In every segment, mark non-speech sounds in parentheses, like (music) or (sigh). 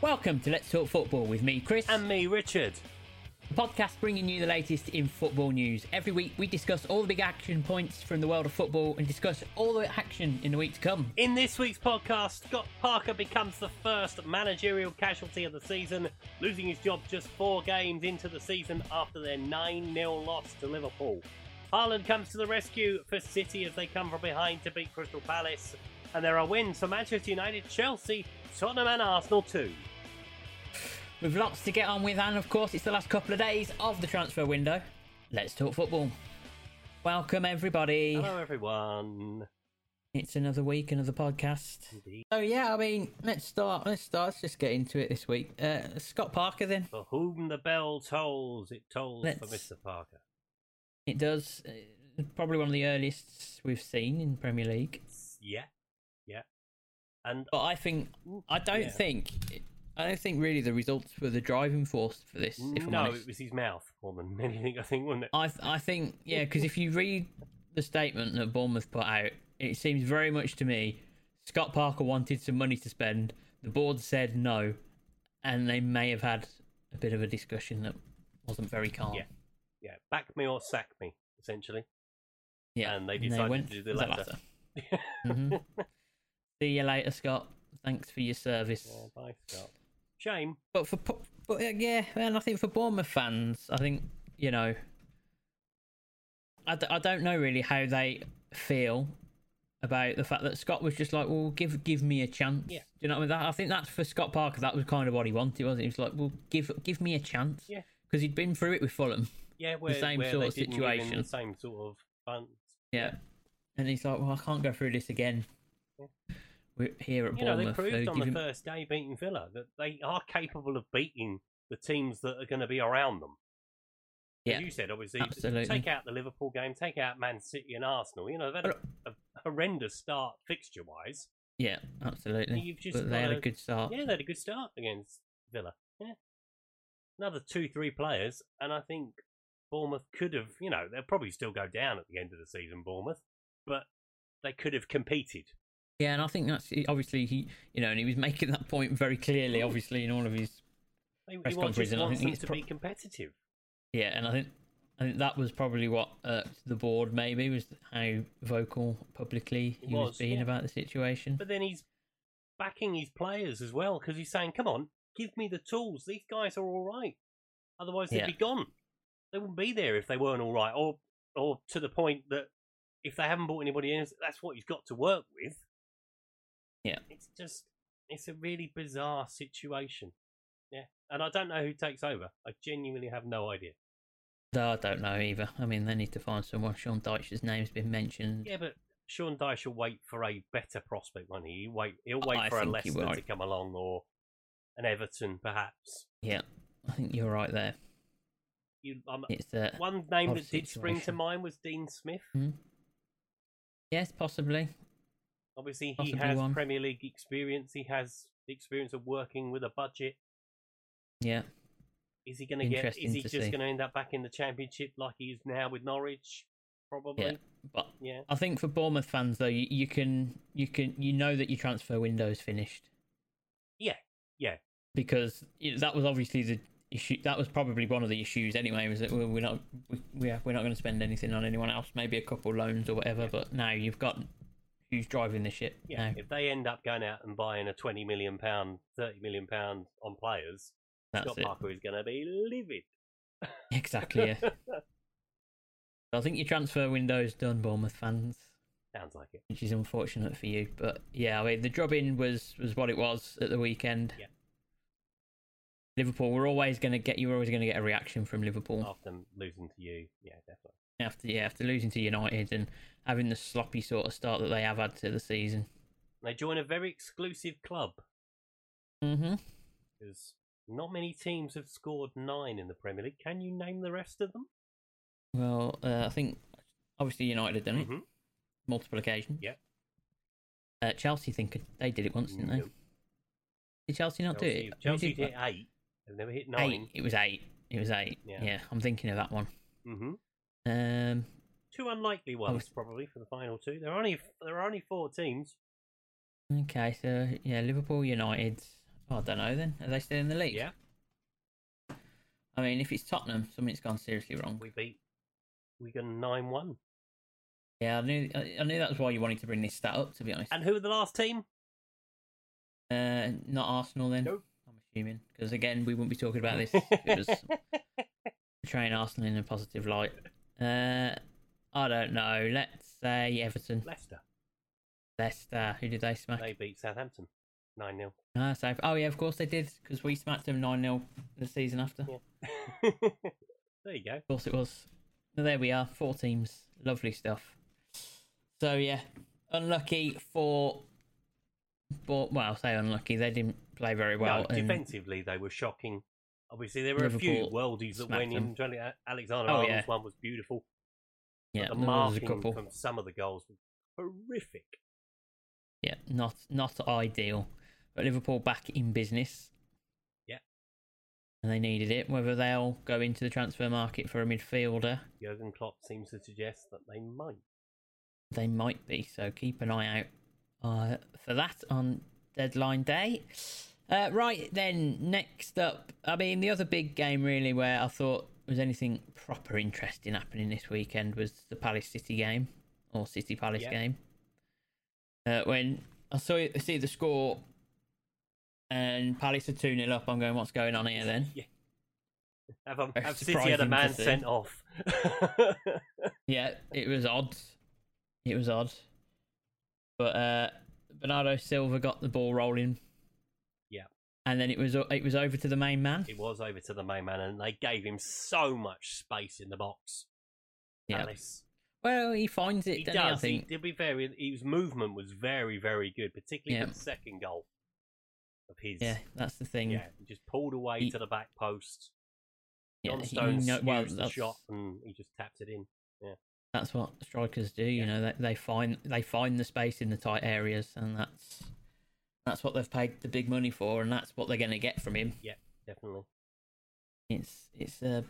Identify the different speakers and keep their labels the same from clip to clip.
Speaker 1: Welcome to Let's Talk Football with me, Chris,
Speaker 2: And me, Richard.
Speaker 1: a podcast bringing you the latest in football news. Every week, we discuss all the big action points from the world of football and discuss all the action in the week to come.
Speaker 2: In this week's podcast, Scott Parker becomes the first managerial casualty of the season, losing his job just four games into the season after their 9 0 loss to Liverpool. Haaland comes to the rescue for City as they come from behind to beat Crystal Palace, and there are wins for Manchester United, Chelsea, Tottenham, and Arsenal too.
Speaker 1: We've lots to get on with, and of course, it's the last couple of days of the transfer window. Let's talk football. Welcome, everybody.
Speaker 2: Hello, everyone.
Speaker 1: It's another week, another podcast.
Speaker 2: Indeed.
Speaker 1: So yeah, I mean, let's start. Let's start. Let's just get into it this week. Uh, Scott Parker, then
Speaker 2: For whom the bell tolls, it tolls for
Speaker 1: Let's-
Speaker 2: Mr. Parker.
Speaker 1: it does uh, probably one of the earliest we've seen in Premier League.
Speaker 2: Yeah. Yeah. And
Speaker 1: But I think I don't
Speaker 2: Yeah.
Speaker 1: think I don't think really the results were the driving force for this. If I'm
Speaker 2: no,
Speaker 1: honest. Oh.
Speaker 2: it was his mouth more than (laughs) anything. I think, wasn't it?
Speaker 1: I th- I think yeah, because if you read the statement that Bournemouth put out, it seems very much to me Scott Parker wanted some money to spend. The board said no, and they may have had a bit of a discussion that wasn't very calm.
Speaker 2: Yeah. Yeah, back me or sack me, essentially.
Speaker 1: Yeah,
Speaker 2: And they decided to do the latter.
Speaker 1: (laughs) Mhm. See you later, Scott. Thanks for your service.
Speaker 2: Oh, bye, Scott. Shame.
Speaker 1: But for P- but uh, yeah, and I think for Bournemouth fans, I think you know, I, d- I don't know really how they feel about the fact that Scott was just like, well, give give me a chance.
Speaker 2: Yeah.
Speaker 1: Do you know what I mean? That, I think that's for Scott Parker. That was kind of what he wanted, wasn't it? He was like, well, give give me a chance.
Speaker 2: Yeah.
Speaker 1: Because he'd been through it with Fulham.
Speaker 2: Yeah, where,
Speaker 1: same
Speaker 2: where
Speaker 1: sort
Speaker 2: they
Speaker 1: of
Speaker 2: didn't give him
Speaker 1: situation.
Speaker 2: the same sort of fun.
Speaker 1: Yeah. And he's like, well, I can't go through this again. We're here at
Speaker 2: You know,
Speaker 1: Bournemouth.
Speaker 2: they proved
Speaker 1: so
Speaker 2: on
Speaker 1: give
Speaker 2: the
Speaker 1: him-
Speaker 2: first day beating Villa that they are capable of beating the teams that are going to be around them. As
Speaker 1: Yeah.
Speaker 2: you said, obviously,
Speaker 1: Absolutely.
Speaker 2: take out the Liverpool game, take out Man City and Arsenal. You know, they've had a,
Speaker 1: uh
Speaker 2: a horrendous start fixture wise.
Speaker 1: Yeah, absolutely.
Speaker 2: You've just
Speaker 1: but they had a
Speaker 2: gotta-
Speaker 1: good start.
Speaker 2: Yeah, they had a good start against Villa. Yeah. Another two, three players, and I think Bournemouth could have, you know, they'll probably still go down at the end of the season, Bournemouth, but they could have competed.
Speaker 1: Yeah, and I think that's obviously he, you know, and he was (laughs) making that point very clearly, obviously in all of his.
Speaker 2: They,
Speaker 1: Press
Speaker 2: he
Speaker 1: conference,
Speaker 2: wants, just
Speaker 1: and I
Speaker 2: wants
Speaker 1: think
Speaker 2: them
Speaker 1: it's
Speaker 2: to
Speaker 1: pro-
Speaker 2: be competitive.
Speaker 1: Yeah, and I think I think that was probably what irked the board. Maybe was how vocal publicly
Speaker 2: It
Speaker 1: he was,
Speaker 2: was,
Speaker 1: being
Speaker 2: yeah.
Speaker 1: about the situation.
Speaker 2: But then he's backing his players as well because he's saying, come on, give me the tools. These guys are all right. Otherwise, they'd
Speaker 1: Yeah.
Speaker 2: be gone. They wouldn't be there if they weren't all right, or, or to the point that if they haven't bought anybody else, that's what he's got to work with.
Speaker 1: Yeah.
Speaker 2: It's just, it's a really bizarre situation. Yeah. And I don't know who takes over. I genuinely have no idea.
Speaker 1: No, I don't know either. I mean, they need to find someone. Sean Dyche's name's been mentioned.
Speaker 2: Yeah, but Sean Dyche will wait for a better prospect, won't he? He'll wait, he'll
Speaker 1: I-
Speaker 2: wait
Speaker 1: Oh, I
Speaker 2: for a
Speaker 1: think he
Speaker 2: Leicester
Speaker 1: will.
Speaker 2: to come along or an Everton, perhaps.
Speaker 1: Yeah, I think you're right there.
Speaker 2: You, um,
Speaker 1: It's uh,
Speaker 2: one name
Speaker 1: odd
Speaker 2: that did spring to
Speaker 1: situation.
Speaker 2: mind was Dean Smith.
Speaker 1: yes, possibly.
Speaker 2: Obviously, he
Speaker 1: Possibly
Speaker 2: has
Speaker 1: one.
Speaker 2: Premier League experience. He has the experience of working with a budget.
Speaker 1: Yeah,
Speaker 2: Is he going to get?
Speaker 1: Interesting
Speaker 2: Is he
Speaker 1: to
Speaker 2: just
Speaker 1: see.
Speaker 2: going to end up back in the Championship like he is now with Norwich? Probably.
Speaker 1: yeah, but
Speaker 2: yeah.
Speaker 1: I think for Bournemouth fans though, you, you can you can you know that your transfer window is finished.
Speaker 2: Yeah, yeah.
Speaker 1: Because you know, that was obviously the issue. That was probably one of the issues anyway. Was that we're we're not we, we're we're not going to spend anything on anyone else. Maybe a couple loans or whatever. But now you've got who's driving the ship.
Speaker 2: Yeah,
Speaker 1: now.
Speaker 2: if they end up going out and buying a twenty million pound, thirty million pound on players,
Speaker 1: that's
Speaker 2: Scott
Speaker 1: it.
Speaker 2: Parker is going to be livid.
Speaker 1: (laughs) Exactly.
Speaker 2: (laughs)
Speaker 1: Yeah. I think your transfer window's done, Bournemouth fans,
Speaker 2: Sounds like it.
Speaker 1: which is unfortunate for you. But yeah, I mean the drop in was was what it was at the weekend.
Speaker 2: Yeah.
Speaker 1: Liverpool, we're always going to get you're always going to get a reaction from Liverpool.
Speaker 2: After losing to you, yeah, definitely.
Speaker 1: after yeah after losing to United and having the sloppy sort of start that they have had to the season.
Speaker 2: They join a very exclusive club
Speaker 1: Mm-hmm.
Speaker 2: because not many teams have scored nine in the Premier League. Can you name the rest of them?
Speaker 1: Well, uh, I think obviously United have done it
Speaker 2: Mhm.
Speaker 1: multiple occasions.
Speaker 2: Yeah.
Speaker 1: Uh, Chelsea think they did it once, didn't they?
Speaker 2: Nope.
Speaker 1: Did Chelsea not do
Speaker 2: Chelsea,
Speaker 1: it? Who
Speaker 2: Chelsea
Speaker 1: did-
Speaker 2: did, eight. They've never hit
Speaker 1: eight.
Speaker 2: nine.
Speaker 1: It was eight. It was eight. Yeah.
Speaker 2: Yeah.
Speaker 1: I'm thinking of that one.
Speaker 2: Mm-hmm.
Speaker 1: Um,
Speaker 2: Two
Speaker 1: Oh.
Speaker 2: unlikely ones, probably for the final two. There are only there are only four teams.
Speaker 1: okay, so yeah, Liverpool, United. oh, I don't know then. Are they still in the league?
Speaker 2: Yeah,
Speaker 1: I mean, if it's Tottenham, something's gone seriously wrong.
Speaker 2: we beat Wigan nine one.
Speaker 1: Yeah, I knew I I knew that was why you wanted to bring this stat up, to be honest.
Speaker 2: And who were the last team?
Speaker 1: Uh, not Arsenal then,
Speaker 2: Nope.
Speaker 1: I'm assuming. Because again, we wouldn't be talking about this
Speaker 2: (laughs)
Speaker 1: if it was portraying Arsenal in a positive light. Uh, I don't know. Let's say Everton,
Speaker 2: Leicester.
Speaker 1: (laughs) Leicester. Who did they smack?
Speaker 2: They beat Southampton nine 0
Speaker 1: Ah, so- oh, yeah, of course they did. Because we smacked them 9 0 the season after.
Speaker 2: Yeah.
Speaker 1: Of
Speaker 2: (laughs) there you go.
Speaker 1: course it was. Well, there we are. Four teams. Lovely stuff. So, yeah. Unlucky for. But, well, I'll say unlucky. They didn't play very well.
Speaker 2: no,
Speaker 1: and-
Speaker 2: defensively they were shocking. Obviously, there were a few
Speaker 1: Liverpool
Speaker 2: worldies that went
Speaker 1: smacked
Speaker 2: in. Alexander
Speaker 1: Oh,
Speaker 2: Arnold's
Speaker 1: yeah.
Speaker 2: one was beautiful.
Speaker 1: yeah,
Speaker 2: the
Speaker 1: there was a
Speaker 2: marking
Speaker 1: couple.
Speaker 2: from some of the goals was horrific.
Speaker 1: Yeah, not not ideal. But Liverpool back in business.
Speaker 2: Yeah.
Speaker 1: And they needed it. Whether they'll go into the transfer market for a midfielder,
Speaker 2: Jurgen Klopp seems to suggest that they might.
Speaker 1: they might be. So keep an eye out uh, for that on deadline day. Uh, right then, next up, I mean, the other big game really where I thought was anything proper interesting happening this weekend was the Palace City game or City Palace
Speaker 2: Yeah.
Speaker 1: game. Uh, when I saw I see the score and Palace are 2 0 up, I'm going, what's going on here then?
Speaker 2: Yeah. Have, um,
Speaker 1: Very
Speaker 2: have City had a
Speaker 1: surprising
Speaker 2: man
Speaker 1: to see.
Speaker 2: sent off. (laughs)
Speaker 1: Yeah, it was odd. It was odd. But uh, Bernardo Silva got the ball rolling.
Speaker 2: Yeah.
Speaker 1: And then it was o- it was over to the main man.
Speaker 2: it was over to the main man, and they gave him so much space in the box.
Speaker 1: Yeah.
Speaker 2: Palace.
Speaker 1: Well, he finds it.
Speaker 2: He
Speaker 1: doesn't he,
Speaker 2: does.
Speaker 1: I
Speaker 2: He,
Speaker 1: think.
Speaker 2: to be fair, his movement was very, very good, particularly
Speaker 1: Yeah.
Speaker 2: the second goal of his.
Speaker 1: Yeah, that's the thing.
Speaker 2: Yeah, he just pulled away
Speaker 1: He-
Speaker 2: to the back post.
Speaker 1: Yeah,
Speaker 2: John
Speaker 1: he
Speaker 2: Stones
Speaker 1: kno- well,
Speaker 2: used the
Speaker 1: that's-
Speaker 2: shot and he just tapped it in.
Speaker 1: That's what strikers do. You
Speaker 2: Yeah.
Speaker 1: know, they, they find they find the space in the tight areas, and that's that's what they've paid the big money for, and that's what they're going to get from him.
Speaker 2: Definitely.
Speaker 1: It's it's uh,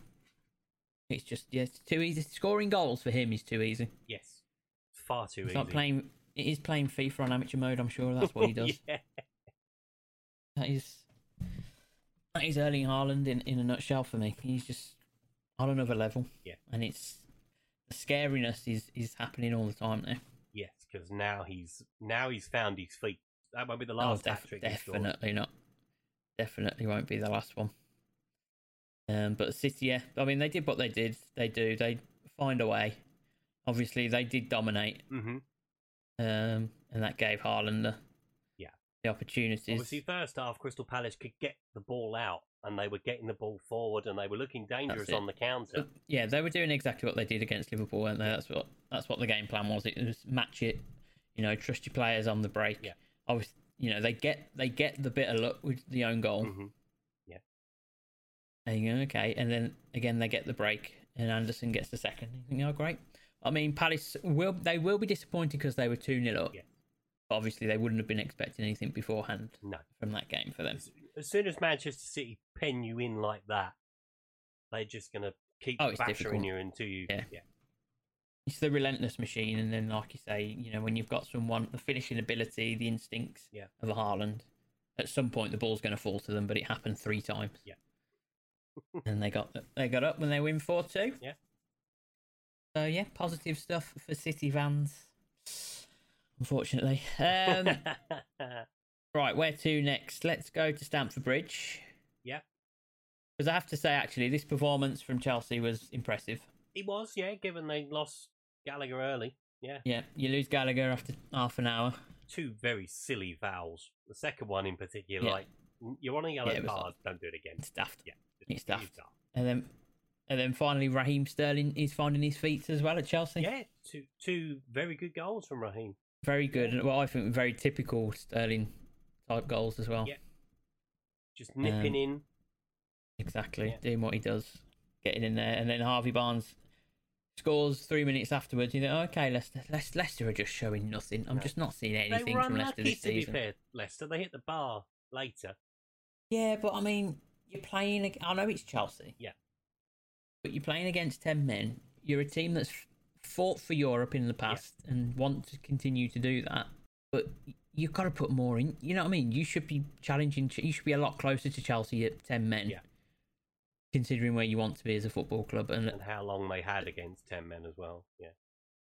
Speaker 1: it's just yeah, it's too easy. Scoring goals for him is too easy.
Speaker 2: Yes. Far too
Speaker 1: It's
Speaker 2: easy.
Speaker 1: like playing. It is playing FIFA on amateur mode. I'm sure that's what he does.
Speaker 2: (laughs) yeah.
Speaker 1: That is that is Erling Haaland in, in a nutshell for me. He's just on another level.
Speaker 2: Yeah.
Speaker 1: And it's the scariness is, is happening all the time now.
Speaker 2: Yes, because now he's now he's found his feet. That won't be the last
Speaker 1: oh, def-
Speaker 2: hat trick. he scores.
Speaker 1: definitely not. Definitely won't be the last one. Um, but City, yeah, I mean they did what they did. They do. They find a way. Obviously, they did dominate,
Speaker 2: Mhm.
Speaker 1: um, and that gave Haaland the
Speaker 2: Yeah.
Speaker 1: the opportunities.
Speaker 2: Obviously, first half, Crystal Palace could get the ball out, and they were getting the ball forward, and they were looking dangerous
Speaker 1: it.
Speaker 2: on the counter.
Speaker 1: But, yeah, they were doing exactly what they did against Liverpool, weren't they? That's what that's what the game plan was. It was match it, you know, trust your players on the break.
Speaker 2: Yeah.
Speaker 1: Obviously, you know, they get they get the bit of luck with the own goal.
Speaker 2: Mhm.
Speaker 1: And you go, okay, and then again they get the break, and Anderson gets the second. You think, oh great. I mean, Palace will they will be disappointed because they were two 0 up.
Speaker 2: Yeah.
Speaker 1: But obviously, they wouldn't have been expecting anything beforehand
Speaker 2: No.
Speaker 1: from that game for them.
Speaker 2: As, as soon as Manchester City pen you in like that, they're just going to keep
Speaker 1: Oh, it's
Speaker 2: battering
Speaker 1: difficult.
Speaker 2: you until you.
Speaker 1: Yeah. it's the relentless machine, and then like you say, you know, when you've got someone the finishing ability, the instincts
Speaker 2: Yeah.
Speaker 1: of a Haaland, at some point the ball's going to fall to them, but it happened three times.
Speaker 2: Yeah.
Speaker 1: (laughs) and they got they got up when they win four two.
Speaker 2: Yeah.
Speaker 1: So yeah, positive stuff for City fans. Unfortunately,
Speaker 2: (laughs)
Speaker 1: um, right, where to next? Let's go to Stamford Bridge.
Speaker 2: Yeah.
Speaker 1: because I have to say, actually, this performance from Chelsea was impressive.
Speaker 2: He was, yeah, given they lost Gallagher early. Yeah,
Speaker 1: Yeah, you lose Gallagher after half an hour.
Speaker 2: two very silly fouls. The second one in particular,
Speaker 1: Yeah.
Speaker 2: like you're on a yellow
Speaker 1: Yeah, it was
Speaker 2: card, don't do it again.
Speaker 1: It's daft.
Speaker 2: Yeah,
Speaker 1: It's
Speaker 2: You've
Speaker 1: daft.
Speaker 2: done.
Speaker 1: And then and then finally Raheem Sterling is finding his feet as well at Chelsea.
Speaker 2: Yeah, two two very good goals from Raheem.
Speaker 1: Very good. and Well, I think very typical Sterling type goals as well.
Speaker 2: Yeah. Just nipping
Speaker 1: Um,
Speaker 2: in.
Speaker 1: Exactly.
Speaker 2: Yeah.
Speaker 1: Doing what he does. Getting in there. And then Harvey Barnes scores three minutes afterwards. You think, okay, Leicester, Leic- Leicester are just showing nothing. I'm
Speaker 2: No.
Speaker 1: just not seeing
Speaker 2: They
Speaker 1: anything
Speaker 2: were
Speaker 1: from Leicester
Speaker 2: unlucky,
Speaker 1: this
Speaker 2: to be
Speaker 1: season.
Speaker 2: fair, Leicester. They hit the bar later.
Speaker 1: Yeah, but I mean, you're playing. ag- I know it's Chelsea.
Speaker 2: Yeah.
Speaker 1: But you're playing against ten men. You're a team that's fought for Europe in the past and want to continue to do that. But you've got to put more in. You know what I mean? You should be challenging. Ch- You should be a lot closer to Chelsea at ten men,
Speaker 2: Yeah.
Speaker 1: considering where you want to be as a football club. And
Speaker 2: and how long they had against 10 men as well. Yeah.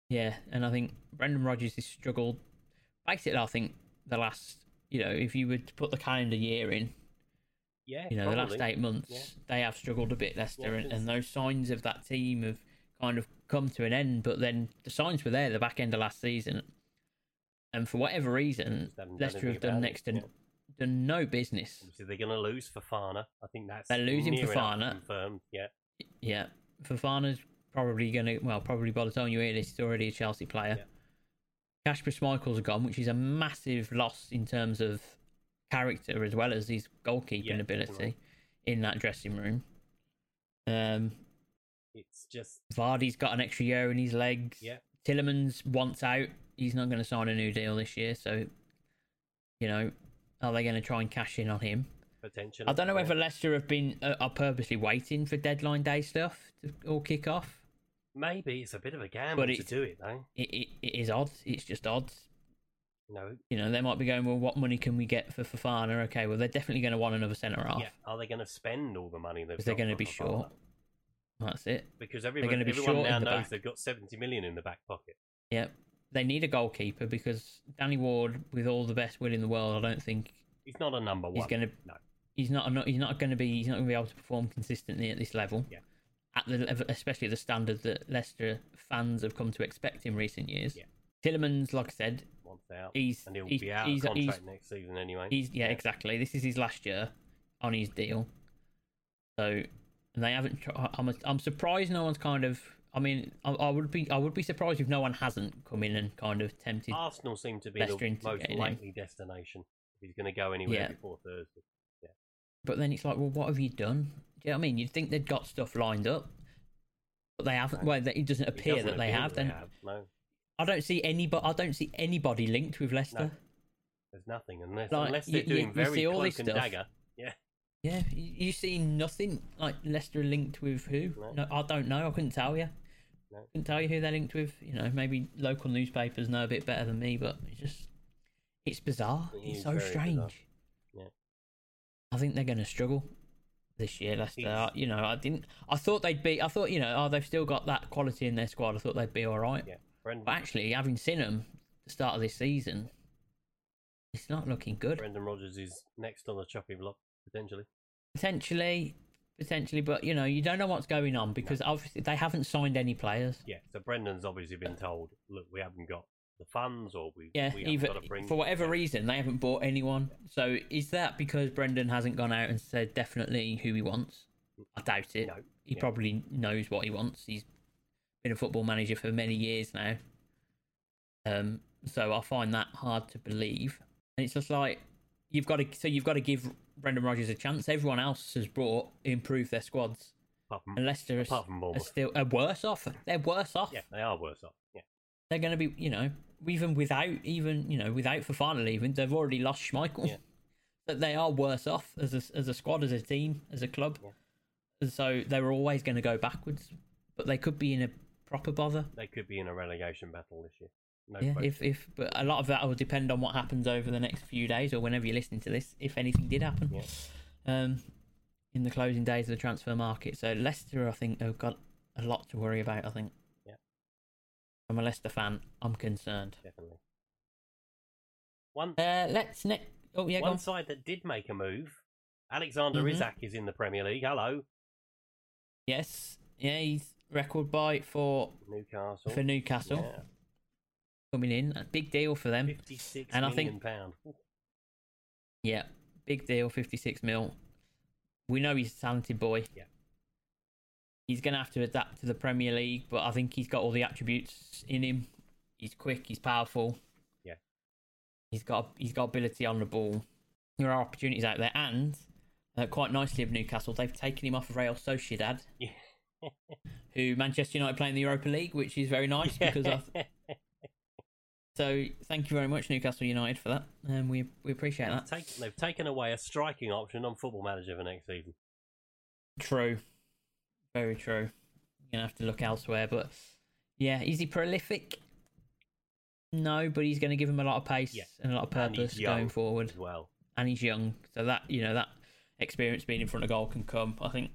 Speaker 1: yeah, and I think Brendan Rodgers has struggled. Basically, I think the last, you know, if you were to put the calendar year in,
Speaker 2: Yeah.
Speaker 1: you know, the
Speaker 2: probably.
Speaker 1: last eight months,
Speaker 2: Yeah.
Speaker 1: they have struggled a bit, Leicester,
Speaker 2: Yeah,
Speaker 1: and,
Speaker 2: it's-
Speaker 1: and those signs of that team have kind of come to an end. But then the signs were there the back end of last season, and for whatever reason,
Speaker 2: Just haven't done
Speaker 1: Leicester have
Speaker 2: anything
Speaker 1: done
Speaker 2: about it,
Speaker 1: next to
Speaker 2: yeah. Mm.
Speaker 1: done no business.
Speaker 2: Obviously, they're going to lose Fafana. I think that's
Speaker 1: They're losing
Speaker 2: near enough
Speaker 1: Fofana.
Speaker 2: confirmed. Yeah.
Speaker 1: Yeah, Fafana's probably gonna well, probably by the time you hear this, he's already a Chelsea player.
Speaker 2: Yeah.
Speaker 1: Kasper Schmeichel's gone, which is a massive loss in terms of character as well as his goalkeeping
Speaker 2: Yeah,
Speaker 1: ability
Speaker 2: definitely.
Speaker 1: in that dressing room. Um,
Speaker 2: It's just
Speaker 1: Vardy's got an extra year in his legs.
Speaker 2: Yeah.
Speaker 1: Tillemans wants out. He's not going to sign a new deal this year, so you know, are they going to try and cash in on him?
Speaker 2: potential.
Speaker 1: I don't know
Speaker 2: yeah.
Speaker 1: whether Leicester have been uh, are purposely waiting for deadline day stuff to all kick off.
Speaker 2: Maybe it's a bit of a gamble
Speaker 1: But
Speaker 2: to
Speaker 1: it's-
Speaker 2: do it, though.
Speaker 1: It, it, it is odd. It's just odd.
Speaker 2: You know,
Speaker 1: You know, they might be going, well, what money can we get for Fafana? Okay, well, they're definitely going to want another centre half.
Speaker 2: yeah. Are they going to spend all the money they've?
Speaker 1: Because they're
Speaker 2: got
Speaker 1: going to
Speaker 2: for
Speaker 1: be
Speaker 2: Fofana?
Speaker 1: short. That's it.
Speaker 2: Because everyone,
Speaker 1: gonna be
Speaker 2: everyone
Speaker 1: short
Speaker 2: now
Speaker 1: in the
Speaker 2: knows
Speaker 1: back.
Speaker 2: they've got seventy million in the back pocket.
Speaker 1: Yep. They need a goalkeeper because Danny Ward, with all the best will in the world, I don't think
Speaker 2: He's not a number one.
Speaker 1: he's going to
Speaker 2: no.
Speaker 1: he's not, not he's not going to be he's not going to be able to perform consistently at this level.
Speaker 2: Yeah.
Speaker 1: At the level, especially the standard that Leicester fans have come to expect in recent years.
Speaker 2: Yeah.
Speaker 1: Tillemans, like I said,
Speaker 2: Wants out,
Speaker 1: he's
Speaker 2: and he'll
Speaker 1: he's,
Speaker 2: be out
Speaker 1: he's,
Speaker 2: of
Speaker 1: he's,
Speaker 2: contract next season anyway.
Speaker 1: he's- yeah, exactly. This is his last year on his deal. So and they haven't. Tr- I'm I'm surprised no one's kind of. I mean, I, I would be I would be surprised if no one hasn't come in and kind of tempted.
Speaker 2: Arsenal seem to be
Speaker 1: Leicester
Speaker 2: the
Speaker 1: into
Speaker 2: most
Speaker 1: getting him.
Speaker 2: likely destination. If he's going to go anywhere
Speaker 1: Yeah.
Speaker 2: before Thursday.
Speaker 1: But then it's like, well, what have you done? Do you know what I mean? You'd think they'd got stuff lined up, but they haven't. Well, that- it doesn't
Speaker 2: It
Speaker 1: appear
Speaker 2: doesn't
Speaker 1: that they
Speaker 2: appear
Speaker 1: have. Then
Speaker 2: no,
Speaker 1: I don't see anybody. I don't see anybody linked with Leicester.
Speaker 2: there's nothing unless
Speaker 1: Like,
Speaker 2: unless
Speaker 1: you-
Speaker 2: they're
Speaker 1: you-
Speaker 2: doing
Speaker 1: you
Speaker 2: very
Speaker 1: see all
Speaker 2: cloak
Speaker 1: this
Speaker 2: and
Speaker 1: stuff.
Speaker 2: dagger. Yeah,
Speaker 1: Yeah, you, you see nothing like Leicester linked with who?
Speaker 2: No.
Speaker 1: No. I don't know. I couldn't tell you.
Speaker 2: No.
Speaker 1: Couldn't tell you who they're linked with. You know, maybe local newspapers know a bit better than me, but it's just, it's bizarre.
Speaker 2: It
Speaker 1: it's
Speaker 2: is
Speaker 1: so
Speaker 2: very bizarre.
Speaker 1: strange.
Speaker 2: Yeah.
Speaker 1: I think they're going to struggle this year, Leicester.
Speaker 2: It's-
Speaker 1: You know, I didn't. I thought they'd be. I thought you know, oh, they've still got that quality in their squad. I thought they'd be all right.
Speaker 2: yeah. Brendan,
Speaker 1: But actually, having seen them at the start of this season, it's not looking good.
Speaker 2: Brendan Rodgers is next on the chopping block potentially.
Speaker 1: Potentially, potentially, but you know, you don't know what's going on because obviously they haven't signed any players.
Speaker 2: Yeah, so Brendan's obviously been told, look, we haven't got the funds, or we
Speaker 1: Yeah,
Speaker 2: we haven't
Speaker 1: either
Speaker 2: got to bring
Speaker 1: for whatever reason they haven't bought anyone. So is that because Brendan hasn't gone out and said definitely who he wants? I doubt it.
Speaker 2: No,
Speaker 1: he
Speaker 2: yeah.
Speaker 1: probably knows what he wants. He's been a football manager for many years now. Um, so I find that hard to believe. And it's just like you've got to so you've got to give Brendan Rodgers a chance. Everyone else has brought improved their squads.
Speaker 2: apart from-
Speaker 1: And Leicester are,
Speaker 2: Apart from
Speaker 1: are
Speaker 2: Bournemouth.
Speaker 1: still are worse off. They're worse off.
Speaker 2: yeah, they are worse off. Yeah,
Speaker 1: They're going to be, you know, even without even you know without Fafana leaving, they've already lost Schmeichel.
Speaker 2: Yeah.
Speaker 1: But they are worse off as a, as a squad, as a team, as a club.
Speaker 2: Yeah.
Speaker 1: And so they were always going to go backwards, but they could be in a proper bother.
Speaker 2: they could be in a relegation battle this year. No,
Speaker 1: yeah,
Speaker 2: question.
Speaker 1: if if but a lot of that will depend on what happens over the next few days or whenever you're listening to this, if anything did happen.
Speaker 2: Yeah.
Speaker 1: Um, in the closing days of the transfer market, so Leicester, I think, have got a lot to worry about. I think.
Speaker 2: Yeah.
Speaker 1: I'm a Leicester fan. I'm concerned.
Speaker 2: definitely. One
Speaker 1: Uh, let's next. Oh yeah, go
Speaker 2: one
Speaker 1: on.
Speaker 2: side that did make a move, Alexander
Speaker 1: Mhm.
Speaker 2: Isak is in the Premier League. Hello,
Speaker 1: yes, yeah, he's record buy for
Speaker 2: Newcastle.
Speaker 1: for Newcastle
Speaker 2: Oh. Yeah,
Speaker 1: coming in. A big deal for them.
Speaker 2: fifty-six
Speaker 1: And I
Speaker 2: million
Speaker 1: think-
Speaker 2: pound.
Speaker 1: Yeah, big deal, 56 mil. We know he's a talented boy.
Speaker 2: Yeah.
Speaker 1: He's going to have to adapt to the Premier League, but I think he's got all the attributes in him. He's quick, he's powerful.
Speaker 2: Yeah.
Speaker 1: He's got he's got ability on the ball. There are opportunities out there and uh, quite nicely of Newcastle, they've taken him off of Real Sociedad,
Speaker 2: Yeah.
Speaker 1: who Manchester United play in the Europa League, which is very nice because I,
Speaker 2: (laughs)
Speaker 1: so thank you very much Newcastle United for that. And we we appreciate that.
Speaker 2: They've taken- they've taken away a striking option on Football Manager for next season.
Speaker 1: True. Very true. You're gonna have to look elsewhere, but yeah, is he prolific? No, but he's going to give him a lot of pace
Speaker 2: Yeah.
Speaker 1: and a lot of
Speaker 2: And he's
Speaker 1: purpose
Speaker 2: young
Speaker 1: going forward.
Speaker 2: as well.
Speaker 1: And he's young, so that you know that experience being in front of goal can come. I think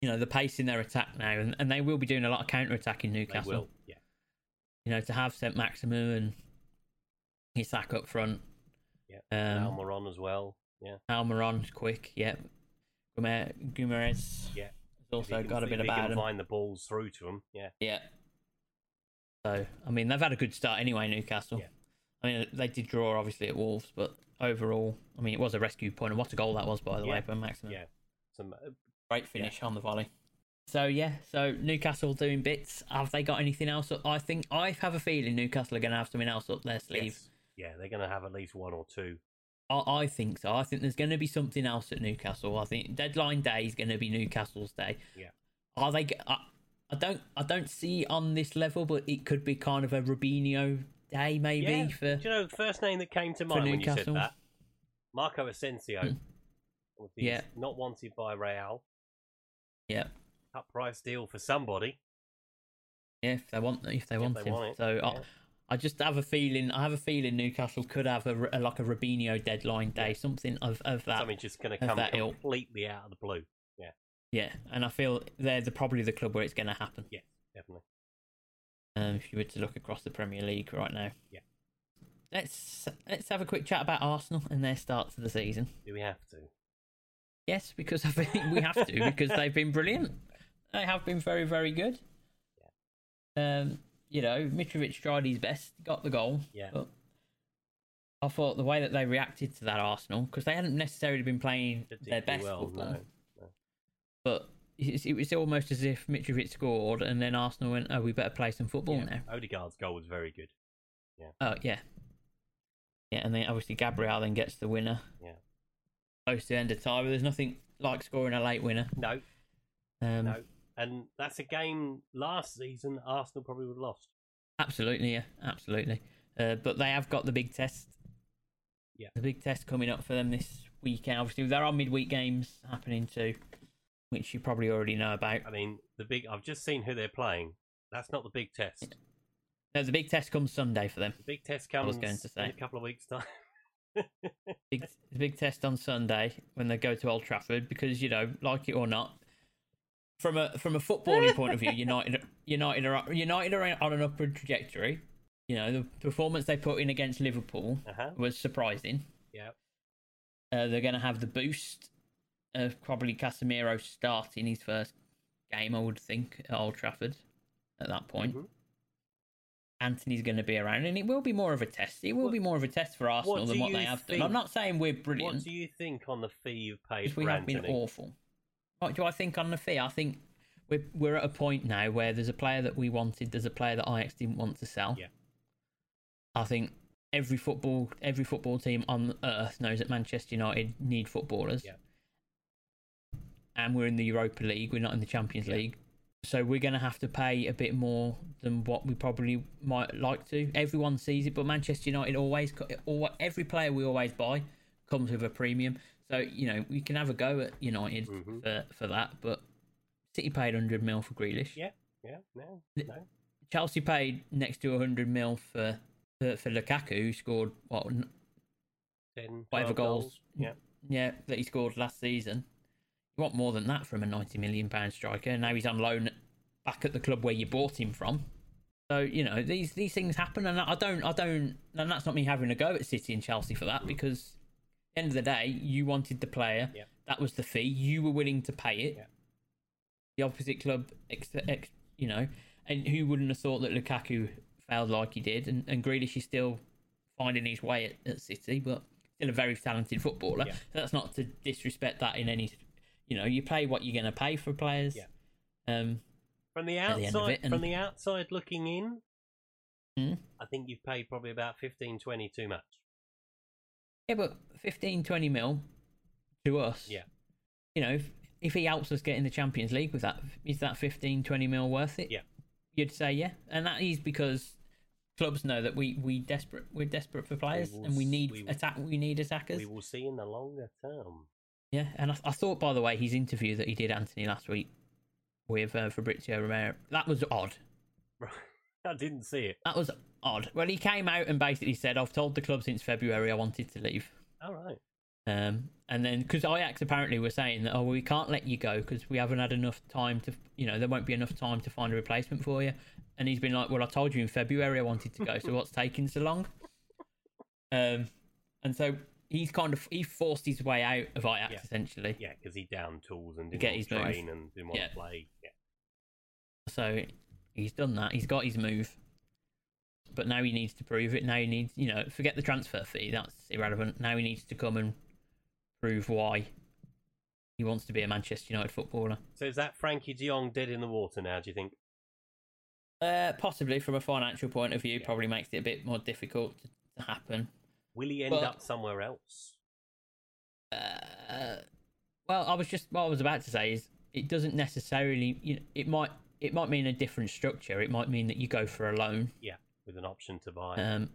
Speaker 1: you know the pace in their attack now, and, and they will be doing a lot of counter attack in
Speaker 2: They
Speaker 1: Newcastle.
Speaker 2: will. Yeah.
Speaker 1: You know to have Saint Maximum and Isak up front.
Speaker 2: Yeah.
Speaker 1: Um,
Speaker 2: Almiron as well. Yeah.
Speaker 1: Almiron quick, yeah. Gumer- Gumerez
Speaker 2: Yeah.
Speaker 1: has
Speaker 2: If he
Speaker 1: also
Speaker 2: can-
Speaker 1: got a
Speaker 2: if
Speaker 1: bit
Speaker 2: he
Speaker 1: about
Speaker 2: can
Speaker 1: him.
Speaker 2: Find the balls through to him. Yeah.
Speaker 1: Yeah. So I mean they've had a good start anyway, Newcastle.
Speaker 2: Yeah.
Speaker 1: I mean they did draw obviously at Wolves, but overall, I mean it was a rescue point, and what a goal that was by the
Speaker 2: Yeah.
Speaker 1: way by Maximum.
Speaker 2: Yeah. Some uh,
Speaker 1: Great finish on the volley. So yeah, so Newcastle doing bits. Have they got anything else? Up? I think I have a feeling Newcastle are going to have something else up their sleeve.
Speaker 2: yes. Yeah, they're going to have at least one or two.
Speaker 1: I, I think so. I think there's going to be something else at Newcastle. I think deadline day is going to be Newcastle's day.
Speaker 2: Yeah.
Speaker 1: Are they? g- I, I don't. I don't see on this level, but it could be kind of a Rubinho day, maybe
Speaker 2: yeah.
Speaker 1: for
Speaker 2: Do you know the first name that came to
Speaker 1: for
Speaker 2: mind when you said
Speaker 1: Newcastle. Hmm.
Speaker 2: that? Marco Asensio. Well, he's
Speaker 1: Yeah.
Speaker 2: Not wanted by Real.
Speaker 1: yeah,
Speaker 2: Cut price deal for somebody.
Speaker 1: yeah. If they want, if they want
Speaker 2: they
Speaker 1: him.
Speaker 2: want it,
Speaker 1: so
Speaker 2: yeah.
Speaker 1: I, I just have a feeling. I have a feeling Newcastle could have a, r- a- like a Rubinho deadline day, something of of that.
Speaker 2: Something just going to
Speaker 1: of
Speaker 2: come
Speaker 1: that ilk.
Speaker 2: completely out of the blue. Yeah,
Speaker 1: Yeah, and I feel they're the, probably the club where it's going to happen.
Speaker 2: definitely.
Speaker 1: um, if you were to look across the Premier League right now.
Speaker 2: Yeah.
Speaker 1: Let's let's have a quick chat about Arsenal and their start to the season.
Speaker 2: Do we have to?
Speaker 1: Yes, because I think we have to because they've been brilliant. They have been very very good. Um, you know, Mitrovic tried his best, got the goal.
Speaker 2: Yeah.
Speaker 1: But I thought the way that they reacted to that Arsenal because they hadn't necessarily been playing their
Speaker 2: Particularly
Speaker 1: best
Speaker 2: well,
Speaker 1: football,
Speaker 2: no.
Speaker 1: but it it was almost as if Mitrovic scored and then Arsenal went, "Oh, we better play some football now."
Speaker 2: Yeah. Odegaard's goal was very good.
Speaker 1: Oh yeah, yeah, and then obviously Gabriel then gets the winner.
Speaker 2: Yeah.
Speaker 1: Close to end of tie, but there's nothing like scoring a late winner.
Speaker 2: No,
Speaker 1: Um,
Speaker 2: no, and that's a game last season Arsenal probably would have lost.
Speaker 1: absolutely, yeah, absolutely. Uh, but they have got the big test.
Speaker 2: Yeah.
Speaker 1: the big test coming up for them this weekend. Obviously, there are midweek games happening too, which you probably already know about.
Speaker 2: I mean, the big. I've just seen who they're playing. That's not the big test.
Speaker 1: No, the big test comes Sunday for them.
Speaker 2: The big test
Speaker 1: I
Speaker 2: comes
Speaker 1: was going to say.
Speaker 2: in a couple of weeks' time. (laughs)
Speaker 1: big, the big test on Sunday when they go to Old Trafford because you know, like it or not, from a from a footballing point of
Speaker 2: (laughs)
Speaker 1: view, United United are United are on an upward trajectory. You know, the performance they put in against Liverpool
Speaker 2: Uh huh.
Speaker 1: was surprising.
Speaker 2: Yeah.
Speaker 1: Uh, they're going to have the boost of probably Casemiro starting his first game, I would think, at Old Trafford at that point.
Speaker 2: Mhm.
Speaker 1: Anthony's going to be around, and it will be more of a test. It will
Speaker 2: What-
Speaker 1: be more of a test for Arsenal
Speaker 2: do
Speaker 1: than what
Speaker 2: you
Speaker 1: they have
Speaker 2: think-
Speaker 1: done. I'm not saying we're
Speaker 2: What
Speaker 1: brilliant
Speaker 2: do you think on the fee you've paid
Speaker 1: because
Speaker 2: for
Speaker 1: we have
Speaker 2: Anthony?
Speaker 1: been awful. What do I think on the fee? I think we're we're at a point now where there's a player that we wanted, there's a player that Ajax didn't want to sell.
Speaker 2: Yeah.
Speaker 1: I think every football every football team on earth knows that Manchester United need footballers.
Speaker 2: Yeah.
Speaker 1: And we're in the Europa League, we're not in the Champions
Speaker 2: Yeah.
Speaker 1: League. So we're going to have to pay a bit more than what we probably might like to. Everyone sees it, but Manchester United always, all every player we always buy comes with a premium. So you know we can have a go at United
Speaker 2: Mhm.
Speaker 1: for, for that, but City paid 100 mil for Grealish.
Speaker 2: Yeah. Yeah. No.
Speaker 1: Th-
Speaker 2: No.
Speaker 1: Chelsea paid next to 100 mil for for, for Lukaku, who scored what n-
Speaker 2: Ten.
Speaker 1: whatever
Speaker 2: 12
Speaker 1: goals.
Speaker 2: Yeah.
Speaker 1: yeah that he scored last season. You want more than that from a 90 million pound striker. Now he's on loan back at the club where you bought him from. So you know these these things happen, and I don't I don't, and that's not me having a go at City and Chelsea for that because at the end of the day you wanted the player,
Speaker 2: Yeah.
Speaker 1: that was the fee, you were willing to pay it.
Speaker 2: Yeah.
Speaker 1: The opposite club, ex, ex, you know, and who wouldn't have thought that Lukaku failed like he did, and and Grealish is still finding his way at, at City, but still a very talented footballer.
Speaker 2: Yeah.
Speaker 1: So that's not to disrespect that in any, you know, you pay what you're going to pay for players.
Speaker 2: Yeah.
Speaker 1: Um,
Speaker 2: From the
Speaker 1: At the end of
Speaker 2: outside,
Speaker 1: it, and-
Speaker 2: from the outside looking in,
Speaker 1: hmm.
Speaker 2: I think you've paid probably about 15, 20 too much.
Speaker 1: Yeah, but 15, 20 mil to us.
Speaker 2: Yeah.
Speaker 1: You know, if, if he helps us get in the Champions League with that, is that 15, 20 mil worth it?
Speaker 2: Yeah.
Speaker 1: You'd say yeah, and that is because clubs know that we we desperate we're desperate for players
Speaker 2: will
Speaker 1: and we
Speaker 2: s-
Speaker 1: need
Speaker 2: we will-
Speaker 1: attack we need attackers.
Speaker 2: We will see in the longer term. (laughs)
Speaker 1: Yeah, and I, I thought, by the way, his interview that he did Anthony last week with uh, Fabrizio Romero that was odd.
Speaker 2: I didn't see it.
Speaker 1: That was odd. Well, he came out and basically said, "I've told the club since February I wanted to leave."
Speaker 2: All right.
Speaker 1: Um, and then because Ajax apparently were saying that, "Oh, we can't let you go because we haven't had enough time to, you know, there won't be enough time to find a replacement for you." And he's been like, "Well, I told you in February I wanted to go, so what's taking so long?" Um, and so he's kind of he forced his way out of Ajax
Speaker 2: Yeah.
Speaker 1: essentially.
Speaker 2: Yeah, because he down tools and didn't
Speaker 1: Get
Speaker 2: want
Speaker 1: his
Speaker 2: to
Speaker 1: move.
Speaker 2: train and didn't want
Speaker 1: Yeah.
Speaker 2: to play. Yeah.
Speaker 1: So he's done that. He's got his move. But now he needs to prove it. Now he needs, you know, forget the transfer fee. That's irrelevant. Now he needs to come and prove why he wants to be a Manchester United footballer.
Speaker 2: So is that Frankie de Jong dead in the water now? Do you think?
Speaker 1: Uh, possibly from a financial point of view, probably makes it a bit more difficult to, to happen.
Speaker 2: Will he end
Speaker 1: But-
Speaker 2: up somewhere else?
Speaker 1: Uh, well, I was just what I was about to say is it doesn't necessarily. You know, it might it might mean a different structure. It might mean that you go for a loan.
Speaker 2: Yeah, with an option to buy
Speaker 1: Um,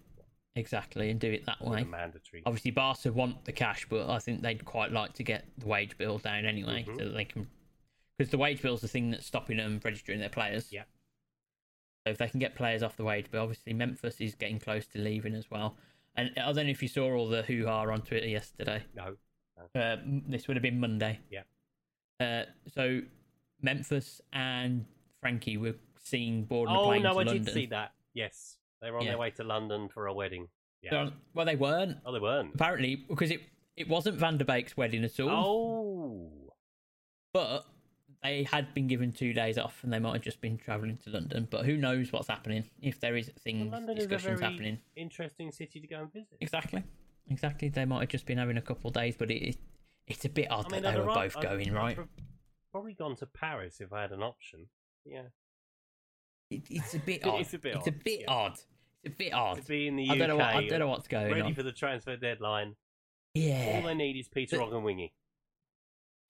Speaker 1: exactly, and do it that
Speaker 2: with
Speaker 1: way.
Speaker 2: a mandatory.
Speaker 1: obviously Barca want the cash, but I think they'd quite like to get the wage bill down anyway,
Speaker 2: Mm-hmm.
Speaker 1: so that they can because the wage bill's the thing that's stopping them registering their players.
Speaker 2: Yeah.
Speaker 1: So if they can get players off the wage bill, obviously Memphis is getting close to leaving as well. And I don't know if you saw all the hoo ha on Twitter yesterday.
Speaker 2: No.
Speaker 1: Uh, m- this would have been Monday.
Speaker 2: Yeah.
Speaker 1: Uh, so Memphis and Frankie were seen boarding a
Speaker 2: Oh
Speaker 1: plane
Speaker 2: no,
Speaker 1: to
Speaker 2: I
Speaker 1: London.
Speaker 2: did see that. Yes, they were on
Speaker 1: Yeah.
Speaker 2: their way to London for a wedding. Yeah.
Speaker 1: They're on- Well, they weren't
Speaker 2: Oh, they weren't.
Speaker 1: apparently because it it wasn't Van der Beek's wedding at all.
Speaker 2: Oh.
Speaker 1: but they had been given two days off and they might have just been travelling to London. But who knows what's happening if there is things
Speaker 2: London is a
Speaker 1: discussions
Speaker 2: very
Speaker 1: Mm, happening.
Speaker 2: interesting city to go and visit.
Speaker 1: Exactly. Exactly. They might have just been having a couple of days, but it, it it's a bit odd
Speaker 2: I mean,
Speaker 1: that they
Speaker 2: I'd
Speaker 1: were
Speaker 2: arri-
Speaker 1: both
Speaker 2: I'd-
Speaker 1: going,
Speaker 2: I'd
Speaker 1: right?
Speaker 2: prob- probably gone to Paris if I had an option. Yeah.
Speaker 1: It, it's
Speaker 2: (laughs)
Speaker 1: a bit
Speaker 2: It
Speaker 1: odd.
Speaker 2: is a bit
Speaker 1: it's
Speaker 2: odd,
Speaker 1: a bit
Speaker 2: yeah.
Speaker 1: odd. It's a bit odd.
Speaker 2: To be in the
Speaker 1: I
Speaker 2: UK,
Speaker 1: don't know what I don't know what's going
Speaker 2: ready
Speaker 1: on.
Speaker 2: for the transfer deadline. All
Speaker 1: yeah.
Speaker 2: they need is Peter
Speaker 1: But-
Speaker 2: Oggenwingy.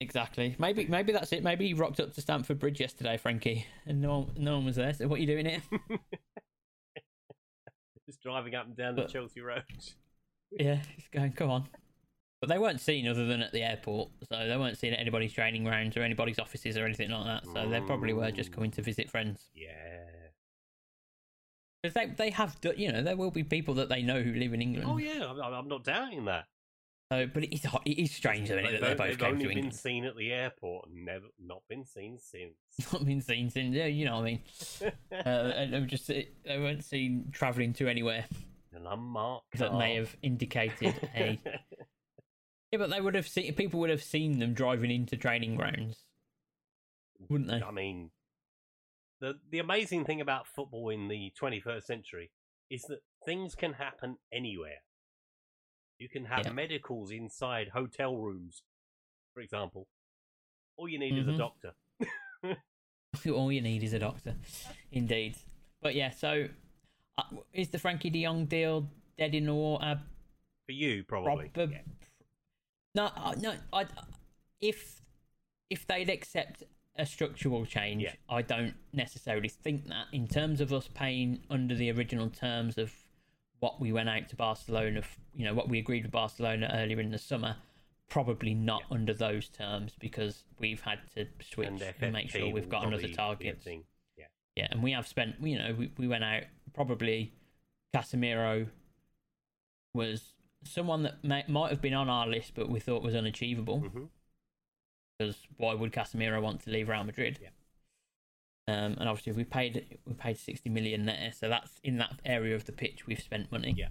Speaker 1: Exactly. Maybe maybe that's it. Maybe he rocked up to Stamford Bridge yesterday, Frankie, and no one, no one was there. So what are you doing here?
Speaker 2: Just driving up and down the
Speaker 1: But-
Speaker 2: Chelsea Road.
Speaker 1: Yeah, he's going, come on. But they weren't seen other than at the airport, so they weren't seen at anybody's training grounds or anybody's offices or anything like that. So they probably were just coming to visit friends.
Speaker 2: Yeah.
Speaker 1: Because they, they have, do- you know, there will be people that they know who live in England.
Speaker 2: Oh yeah, I'm, I'm not doubting that.
Speaker 1: So, but it is, hot- it is strange, isn't it, that
Speaker 2: They've,
Speaker 1: they
Speaker 2: o-
Speaker 1: both
Speaker 2: they've
Speaker 1: came
Speaker 2: only
Speaker 1: to
Speaker 2: been
Speaker 1: England.
Speaker 2: seen at the airport and never not been seen
Speaker 1: (laughs)
Speaker 2: since.
Speaker 1: Not been seen since, yeah, you know what I
Speaker 2: (laughs)
Speaker 1: mean. uh, and they were just, they weren't seen travelling to anywhere
Speaker 2: An unmarked
Speaker 1: that may
Speaker 2: car.
Speaker 1: have (laughs)
Speaker 2: (laughs)
Speaker 1: indicated a. yeah, but they would have seen, people would have seen them driving into training grounds, wouldn't they?
Speaker 2: I mean, the the amazing thing about football in the 21st century is that things can happen anywhere. You can have
Speaker 1: Yeah.
Speaker 2: medicals inside hotel rooms, for example. All you need is
Speaker 1: Mhm.
Speaker 2: a doctor.
Speaker 1: (laughs) All you need is a doctor, indeed. But yeah, so uh, is the Frankie De Jong deal dead in the water?
Speaker 2: For you, probably.
Speaker 1: Probably. No, uh, no. I, if if they'd accept a structural change,
Speaker 2: Yeah.
Speaker 1: I don't necessarily think that. In terms of us paying under the original terms of what we went out to Barcelona, f- you know, what we agreed with Barcelona earlier in the summer, probably not under those terms because we've had to switch
Speaker 2: And
Speaker 1: and,
Speaker 2: FFP
Speaker 1: make sure
Speaker 2: will
Speaker 1: we've got another
Speaker 2: probably be a
Speaker 1: target.
Speaker 2: thing.
Speaker 1: Yeah, and we have spent, you know, we, we went out probably Casemiro was someone that may, might have been on our list, but we thought was unachievable
Speaker 2: Mhm.
Speaker 1: because why would Casemiro want to leave Real Madrid?
Speaker 2: Yeah.
Speaker 1: Um, and obviously we paid we paid sixty million there, so that's in that area of the pitch we've spent money.
Speaker 2: Yeah.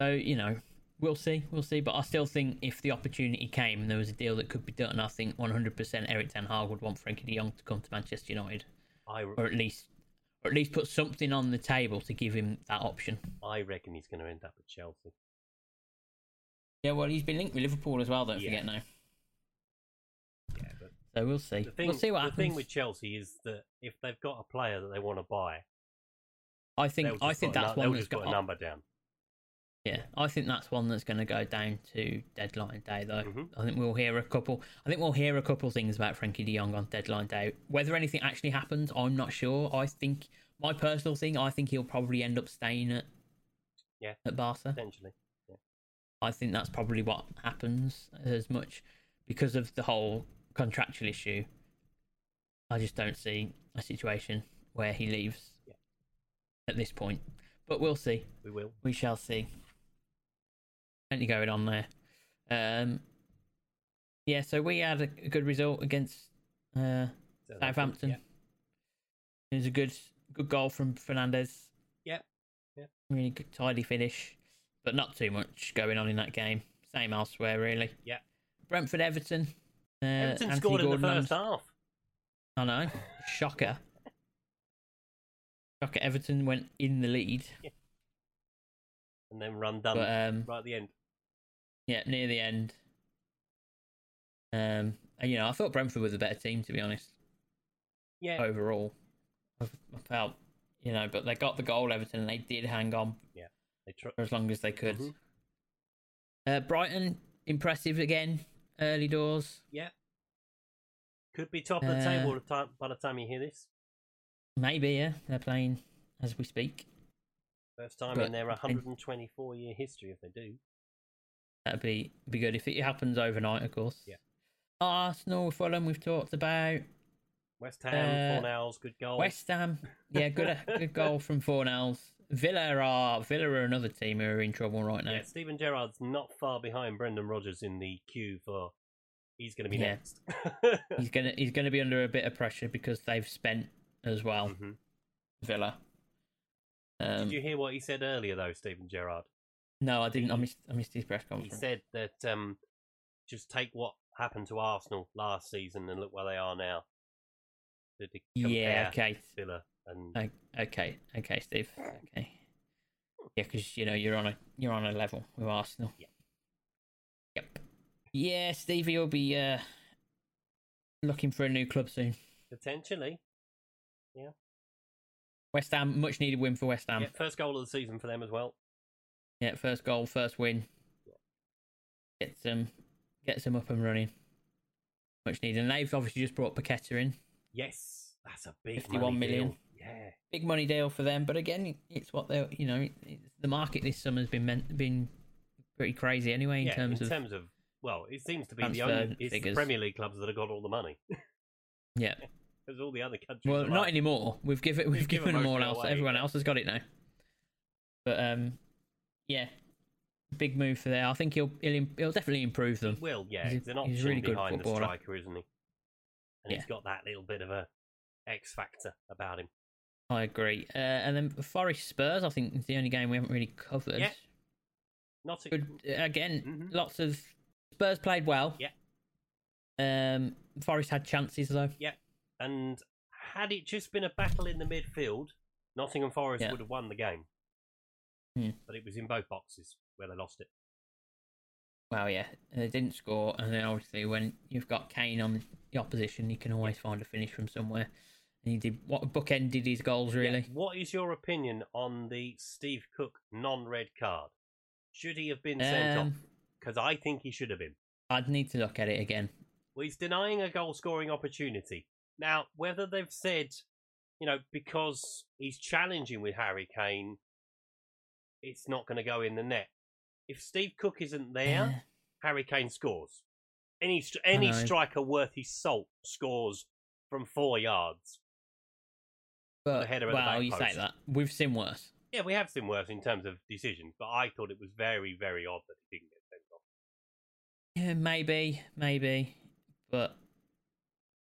Speaker 1: So you know, we'll see, we'll see. But I still think if the opportunity came and there was a deal that could be done, I think one hundred percent Eric Ten Hag would want Frankie De Jong to come to Manchester United,
Speaker 2: I, re-
Speaker 1: or at least, or at least put something on the table to give him that option.
Speaker 2: I reckon he's going to end up at Chelsea.
Speaker 1: Yeah, well, he's been linked with Liverpool as well. Don't
Speaker 2: Yeah.
Speaker 1: forget now.
Speaker 2: Yeah, but
Speaker 1: So we'll see.
Speaker 2: the thing,
Speaker 1: we'll see what
Speaker 2: the
Speaker 1: happens.
Speaker 2: thing with Chelsea is that if they've got a player that they want to buy,
Speaker 1: I
Speaker 2: they'll
Speaker 1: think I
Speaker 2: just
Speaker 1: think
Speaker 2: put a
Speaker 1: that's
Speaker 2: nu-
Speaker 1: one
Speaker 2: they'll
Speaker 1: that's
Speaker 2: just put
Speaker 1: got
Speaker 2: a number down.
Speaker 1: Yeah, I think that's one that's going to go down to deadline day, though.
Speaker 2: Mhm.
Speaker 1: I think we'll hear a couple. I think we'll hear a couple things about Frankie De Jong on deadline day. Whether anything actually happens, I'm not sure. I think my personal thing, I think he'll probably end up staying at
Speaker 2: Yeah.
Speaker 1: at Barca.
Speaker 2: Potentially,
Speaker 1: I think that's probably what happens as much because of the whole contractual issue. I just don't see a situation where he leaves.
Speaker 2: Yeah.
Speaker 1: at this point. But we'll see.
Speaker 2: We will.
Speaker 1: We shall see. Plenty going on there. Um, yeah, so we had a a good result against uh, Southampton.
Speaker 2: Yeah.
Speaker 1: It was a good good goal from Fernandez.
Speaker 2: Yep, yep.
Speaker 1: Really good, tidy finish, but not too much going on in that game. Same elsewhere, really.
Speaker 2: Yep.
Speaker 1: Brentford Everton. Uh,
Speaker 2: Everton
Speaker 1: Anthony
Speaker 2: scored in the
Speaker 1: Gordon-Levitt.
Speaker 2: first half.
Speaker 1: I know. Shocker. Shocker. Everton went in the lead,
Speaker 2: And then run done
Speaker 1: but um,
Speaker 2: right at the end.
Speaker 1: yeah, near the end. Um, and, you know, I thought Brentford was a better team to be honest
Speaker 2: Yeah.
Speaker 1: Oh. overall. I I felt, you know, but they got the goal Everton, and they did hang on
Speaker 2: They tr-
Speaker 1: for as long as they could.
Speaker 2: Mhm.
Speaker 1: Uh, Brighton impressive again, early doors.
Speaker 2: could be top of the
Speaker 1: Uh,
Speaker 2: table by the time, by the time you hear this.
Speaker 1: Maybe yeah, they're playing as we speak.
Speaker 2: First time
Speaker 1: but
Speaker 2: in their
Speaker 1: I-
Speaker 2: 124 year history, if they do.
Speaker 1: That'd be be good if it happens overnight, of course.
Speaker 2: Yeah.
Speaker 1: Arsenal, Fulham, we've talked about.
Speaker 2: West Ham,
Speaker 1: Uh,
Speaker 2: Fornals, good goal.
Speaker 1: West Ham, yeah, good (laughs) good goal from Fornells. Villa are Villa are another team who are in trouble right now.
Speaker 2: Yeah, Stephen Gerrard's not far behind Brendan Rodgers in the queue for he's going to be
Speaker 1: Yeah.
Speaker 2: next. (laughs)
Speaker 1: He's gonna he's gonna be under a bit of pressure because they've spent as well.
Speaker 2: Mhm.
Speaker 1: Villa. Um,
Speaker 2: Did you hear what he said earlier, though, Stephen Gerrard?
Speaker 1: No, I didn't. I missed I missed his press
Speaker 2: He
Speaker 1: conference.
Speaker 2: said that um, just take what happened to Arsenal last season and look where they are now. To to
Speaker 1: Yeah.
Speaker 2: compare
Speaker 1: Okay.
Speaker 2: Villa and
Speaker 1: O- Okay. Okay, Steve. Okay. Yeah, because you know you're on a you're on a level with Arsenal.
Speaker 2: Yeah.
Speaker 1: Yep. Yeah, Stevie will be uh, looking for a new club soon.
Speaker 2: potentially
Speaker 1: West Ham, much needed win for West Ham.
Speaker 2: yeah, first goal of the season for them as well.
Speaker 1: Yeah, first goal, first win. Gets them, gets them up and running. Much needed, and they've obviously just brought Paqueta in.
Speaker 2: Yes, that's a big
Speaker 1: 51
Speaker 2: money
Speaker 1: million.
Speaker 2: deal. Yeah,
Speaker 1: Big money deal for them, but again, it's what they, you know, it's, the market this summer has been meant, been pretty crazy anyway in
Speaker 2: yeah,
Speaker 1: terms
Speaker 2: in
Speaker 1: of
Speaker 2: terms of well, it seems to be the
Speaker 1: transfer
Speaker 2: only it's the
Speaker 1: figures.
Speaker 2: Premier League clubs that have got all the money
Speaker 1: yeah.
Speaker 2: because all the other countries.
Speaker 1: Well,
Speaker 2: are
Speaker 1: not
Speaker 2: like,
Speaker 1: anymore. We've given we've,
Speaker 2: We've given
Speaker 1: given, them
Speaker 2: most
Speaker 1: all
Speaker 2: of it
Speaker 1: else.
Speaker 2: away,
Speaker 1: Everyone
Speaker 2: yeah.
Speaker 1: else has got it now. But um, yeah, big move for there. I think he'll he'll, im- he'll definitely improve them.
Speaker 2: Will, yeah,
Speaker 1: He's a-
Speaker 2: he's, an option
Speaker 1: he's a really good
Speaker 2: behind the
Speaker 1: footballer.
Speaker 2: striker, isn't he? And he's
Speaker 1: Yeah.
Speaker 2: got that little bit of a X factor about him.
Speaker 1: I agree. Uh, and then Forest Spurs, I think, is the only game we haven't really covered.
Speaker 2: Yeah. Not a
Speaker 1: Good uh, again.
Speaker 2: Mhm.
Speaker 1: Lots of Spurs played well.
Speaker 2: Yeah.
Speaker 1: Um, Forest had chances though.
Speaker 2: and had it just been a battle in the midfield, Nottingham Forest
Speaker 1: Yeah.
Speaker 2: would have won the game.
Speaker 1: Hmm.
Speaker 2: But it was in both boxes where they lost it.
Speaker 1: Well, yeah, they didn't score, and then obviously when you've got Kane on the opposition, you can always find a finish from somewhere. And he did what bookended his goals
Speaker 2: Yeah,
Speaker 1: really.
Speaker 2: What is your opinion on the Steve Cook non-red card? Should he have been sent off?
Speaker 1: Um,
Speaker 2: Because I think he should have been.
Speaker 1: I'd need to look at it again.
Speaker 2: Well, he's denying a goal scoring opportunity. Now, whether they've said, you know, because he's challenging with Harry Kane, it's not going to go in the net. If Steve Cook isn't there,
Speaker 1: Uh,
Speaker 2: Harry Kane scores. Any str- any
Speaker 1: know.
Speaker 2: striker worth his salt scores from four yards.
Speaker 1: but
Speaker 2: header at the
Speaker 1: well,
Speaker 2: back
Speaker 1: you say
Speaker 2: post.
Speaker 1: that we've seen worse.
Speaker 2: Yeah, we have seen worse in terms of decisions, but I thought it was very, very odd that he didn't get sent off.
Speaker 1: Yeah, maybe, maybe, but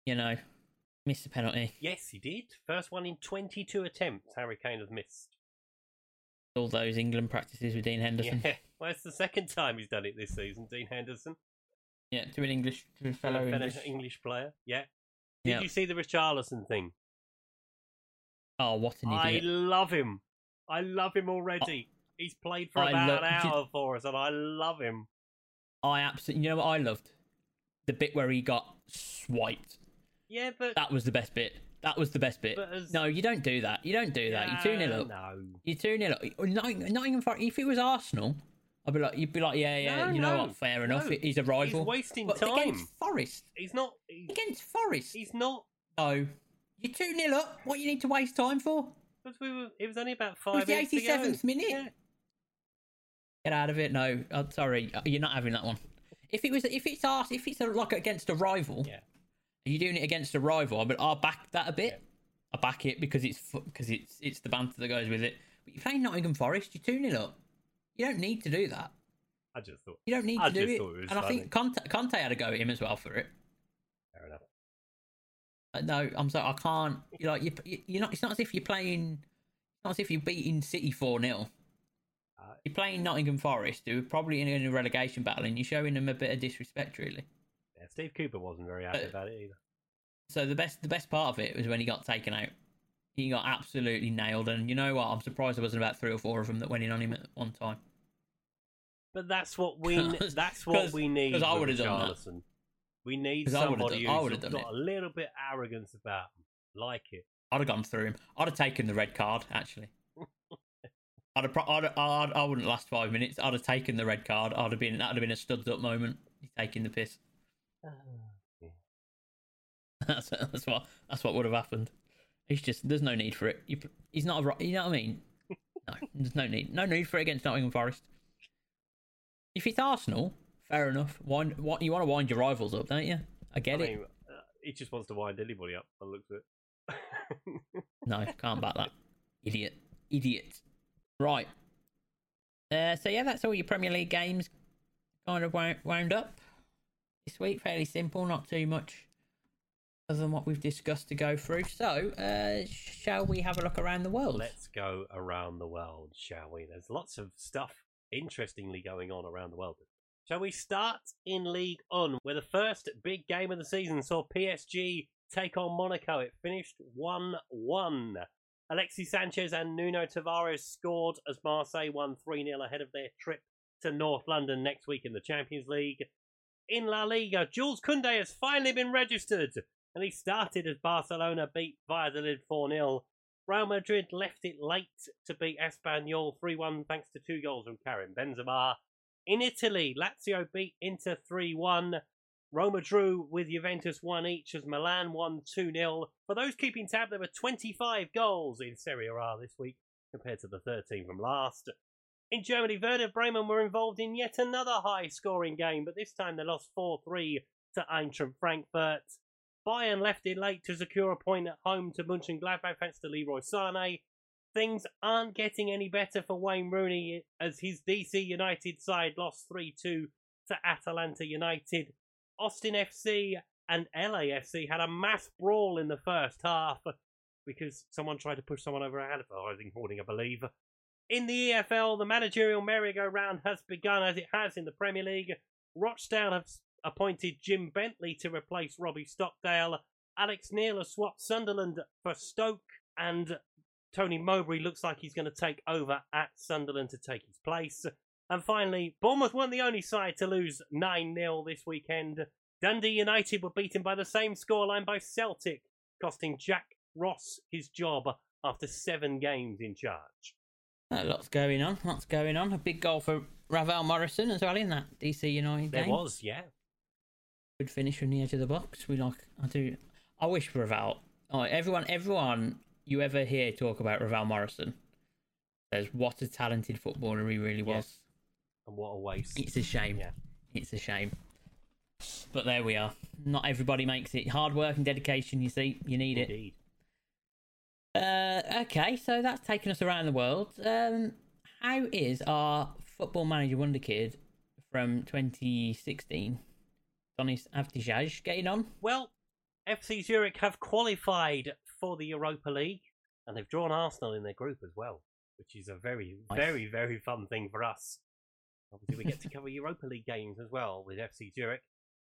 Speaker 1: you know, missed the penalty.
Speaker 2: Yes, he did. First one in 22 attempts, Harry Kane has missed.
Speaker 1: All those England practices with Dean Henderson.
Speaker 2: Yeah, (laughs) well, it's the second time he's done it this season, Dean Henderson.
Speaker 1: Yeah, to an English, to a fellow
Speaker 2: fellow
Speaker 1: English.
Speaker 2: English player. Yeah. Did
Speaker 1: Yeah.
Speaker 2: you see the Richarlison thing?
Speaker 1: Oh, what an
Speaker 2: I
Speaker 1: idiot!
Speaker 2: love him. I love him already. He's played for
Speaker 1: Oh. I
Speaker 2: about
Speaker 1: lo-
Speaker 2: an
Speaker 1: Did-
Speaker 2: hour for us, and I love him.
Speaker 1: I, absolutely. You know what I loved? The bit where he got swiped.
Speaker 2: Yeah, but
Speaker 1: That was the best bit. That was the best bit.
Speaker 2: But as-
Speaker 1: No, you don't do that. You don't do that. You two 0
Speaker 2: Uh,
Speaker 1: up.
Speaker 2: No.
Speaker 1: You two 0 up. Or Not, not even for, if it was Arsenal, I'd be like, you'd be like, yeah, yeah.
Speaker 2: No,
Speaker 1: you know
Speaker 2: no,
Speaker 1: what? Fair
Speaker 2: no.
Speaker 1: enough. He's a rival.
Speaker 2: He's wasting
Speaker 1: But
Speaker 2: time.
Speaker 1: against Forest.
Speaker 2: He's not. he-
Speaker 1: Against Forest.
Speaker 2: He's not.
Speaker 1: No. You're 2 0 up. What you need to waste time for?
Speaker 2: Because we were. It was only about
Speaker 1: It
Speaker 2: five.
Speaker 1: was the
Speaker 2: minutes to go.
Speaker 1: 87th minute.
Speaker 2: Yeah.
Speaker 1: Get out of it. No. I'm sorry. You're not having that one. If it was, if it's us, if it's a, like against a rival,
Speaker 2: Yeah.
Speaker 1: you're doing it against a rival, but I'll back that a bit. I back it because it's because it's it's the banter that goes with it. But you're playing Nottingham Forest, you're 2 0 up. You don't need to do that.
Speaker 2: I just thought
Speaker 1: You don't need
Speaker 2: I
Speaker 1: to do
Speaker 2: just
Speaker 1: it.
Speaker 2: thought it was
Speaker 1: and I
Speaker 2: funny.
Speaker 1: think Conte, Conte had a go at him as well for it.
Speaker 2: fair enough.
Speaker 1: Uh, no, I'm sorry, I can't. You're like you, you're not. It's not as if you're playing. It's not as if you're beating City four 0
Speaker 2: Uh,
Speaker 1: You're playing Nottingham Forest, who are probably in a relegation battle, and you're showing them a bit of disrespect, really.
Speaker 2: Yeah, Steve Cooper wasn't very happy
Speaker 1: Uh,
Speaker 2: about it either.
Speaker 1: So the best, the best part of it was when he got taken out. He got absolutely nailed, and you know what? I'm surprised there wasn't about three or four of them that went in on him at one time.
Speaker 2: But that's what we n-
Speaker 1: (laughs) 'Cause-
Speaker 2: that's what
Speaker 1: 'cause-
Speaker 2: we need.
Speaker 1: 'cause I
Speaker 2: with
Speaker 1: would've done that.
Speaker 2: Richarlison. We need
Speaker 1: 'Cause I would've
Speaker 2: somebody
Speaker 1: done- I
Speaker 2: who's
Speaker 1: would've done
Speaker 2: got a little bit arrogance about them. Like it.
Speaker 1: (sighs) I'd have gone through him. I'd have taken the red card actually. I'd have, pro- I'd, I'd, I wouldn't last five minutes. I'd have taken the red card. I'd have been that'd have been a studs up moment. He's taking the piss. (laughs) That's that's what that's what would have happened. It's just there's no need for it. You, he's not a ro- you know what I mean. No, there's no need. No need for it against Nottingham Forest. If it's Arsenal, fair enough. Wind, what you want to wind your rivals up, don't you? I
Speaker 2: I
Speaker 1: get it.
Speaker 2: mean, uh, he just wants to wind anybody up. I looked at it. (laughs)
Speaker 1: No, can't back that. Idiot. Idiot. Right. Uh, so, yeah, that's all your Premier League games kind of wou- wound up this week. Fairly simple, not too much other than what we've discussed to go through. So, uh, shall we have a look around the world?
Speaker 2: Let's go around the world, shall we? There's lots of stuff interestingly going on around the world. Shall we start in League On, where the first big game of the season saw PSG take on Monaco. It finished 1 1. Alexis Sanchez and Nuno Tavares scored as Marseille won 3 0 ahead of their trip to North London next week in the Champions League. In La Liga, Jules Kunde has finally been registered, and he started as Barcelona beat Valladolid 4 0. Real Madrid left it late to beat Espanyol 3 1 thanks to two goals from Karim Benzema. In Italy, Lazio beat Inter 3 1. Roma drew with Juventus 1 each as Milan won 2 0. For those keeping tab, there were 25 goals in Serie A this week compared to the 13 from last. In Germany, Werder Bremen were involved in yet another high scoring game, but this time they lost 4 3 to Eintracht Frankfurt. Bayern left it late to secure a point at home to Mönchengladbach thanks to Leroy Sané. Things aren't getting any better for Wayne Rooney as his DC United side lost 3 2 to Atalanta United. Austin FC and LAFC had a mass brawl in the first half because someone tried to push someone over an advertising hoarding, I believe. In the EFL, the managerial merry-go-round has begun as it has in the Premier League. Rochdale have s- appointed Jim Bentley to replace Robbie Stockdale. Alex Neil has swapped Sunderland for Stoke, and Tony Mowbray looks like he's going to take over at Sunderland to take his place. And finally, Bournemouth weren't the only side to lose 9 0 this weekend. Dundee United were beaten by the same scoreline by Celtic, costing Jack Ross his job after seven games in charge.
Speaker 1: Uh, lots going on. Lots going on. A big goal for Ravel Morrison as well in that DC United
Speaker 2: There
Speaker 1: game.
Speaker 2: was, yeah.
Speaker 1: good finish from the edge of the box. We like I do. I wish Raval. Oh, everyone, everyone you ever hear talk about Raval Morrison says what a talented footballer he really was.
Speaker 2: And what a waste.
Speaker 1: It's a shame.
Speaker 2: Yeah.
Speaker 1: It's a shame. But there we are. Not everybody makes it. Hard work and dedication. You see, you need it.
Speaker 2: Indeed.
Speaker 1: Uh, okay, so that's taken us around the world. Um, how is our football manager wonder kid from 2016, Donis Avdijaj, getting on?
Speaker 2: Well, FC Zurich have qualified for the Europa League, and they've drawn Arsenal in their group as well, which is a very,
Speaker 1: Nice.
Speaker 2: very, very fun thing for us. Obviously, we get to cover Europa League games as well with FC Zurich.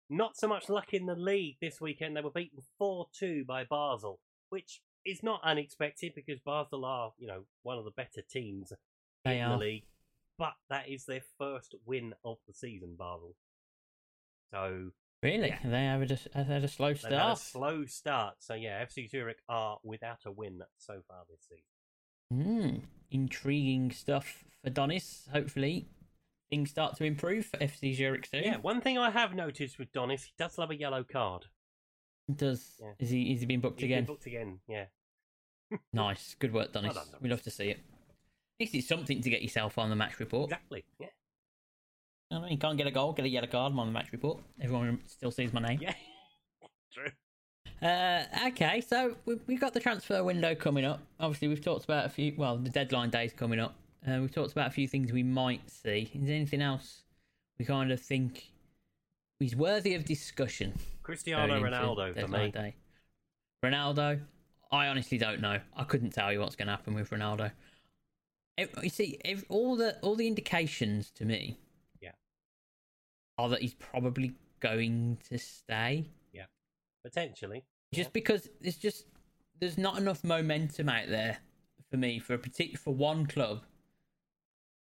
Speaker 2: Not so much luck in the league this weekend. They were beaten 4 2 by Basel, which is not unexpected because Basel are, you know, one of the better teams
Speaker 1: They
Speaker 2: in the
Speaker 1: are.
Speaker 2: league, but that is their first win of the season, Basel. So
Speaker 1: Really?
Speaker 2: Yeah.
Speaker 1: They have a, have had a slow
Speaker 2: They've had a
Speaker 1: start.
Speaker 2: slow start. So yeah, FC Zurich are without a win so far this season.
Speaker 1: Hmm. Intriguing stuff for Donis. Hopefully, things start to improve for FC Zurich soon.
Speaker 2: Yeah, one thing I have noticed with Donis, he does love a yellow card.
Speaker 1: Does
Speaker 2: Yeah.
Speaker 1: is he is he being booked
Speaker 2: He's been
Speaker 1: again?
Speaker 2: booked again. Yeah.
Speaker 1: Nice. Good work, Donis.
Speaker 2: done, Donis.
Speaker 1: We love to see it. At least it's something to get yourself on the match report.
Speaker 2: Exactly. Yeah.
Speaker 1: I mean, you can't get a goal, get a yellow card. I'm on the match report. Everyone still sees my name.
Speaker 2: Yeah. (laughs) True.
Speaker 1: Uh, okay, so we- we've got the transfer window coming up. Obviously, we've talked about a few. Well, the deadline day's coming up. Uh, we've talked about a few things we might see. Is there anything else we kind of think is worthy of discussion?
Speaker 2: Cristiano
Speaker 1: going into
Speaker 2: Ronaldo for
Speaker 1: deadline
Speaker 2: me.
Speaker 1: day? Ronaldo, I honestly don't know. I couldn't tell you what's going to happen with Ronaldo. It- you see, if all the all the indications to me,
Speaker 2: Yeah.
Speaker 1: are that he's probably going to stay
Speaker 2: Potentially.
Speaker 1: just because it's just there's not enough momentum out there for me for a particular for one club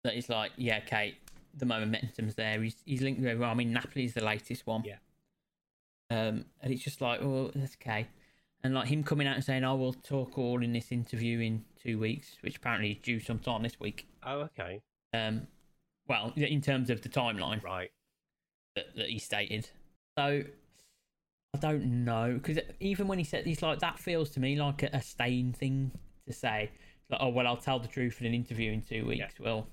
Speaker 1: that is like yeah okay the momentum's there he's he's linked with everyone. I mean Napoli's the latest one
Speaker 2: Yeah.
Speaker 1: um and it's just like oh that's okay and like him coming out and saying I will talk all in this interview in two weeks which apparently is due sometime this week
Speaker 2: Oh, okay.
Speaker 1: um well in terms of the timeline
Speaker 2: Right.
Speaker 1: that, that he stated. So I don't know because even when he said he's like that feels to me like a, a stain thing to say. It's Like oh well, I'll tell the truth in an interview in two weeks. Well,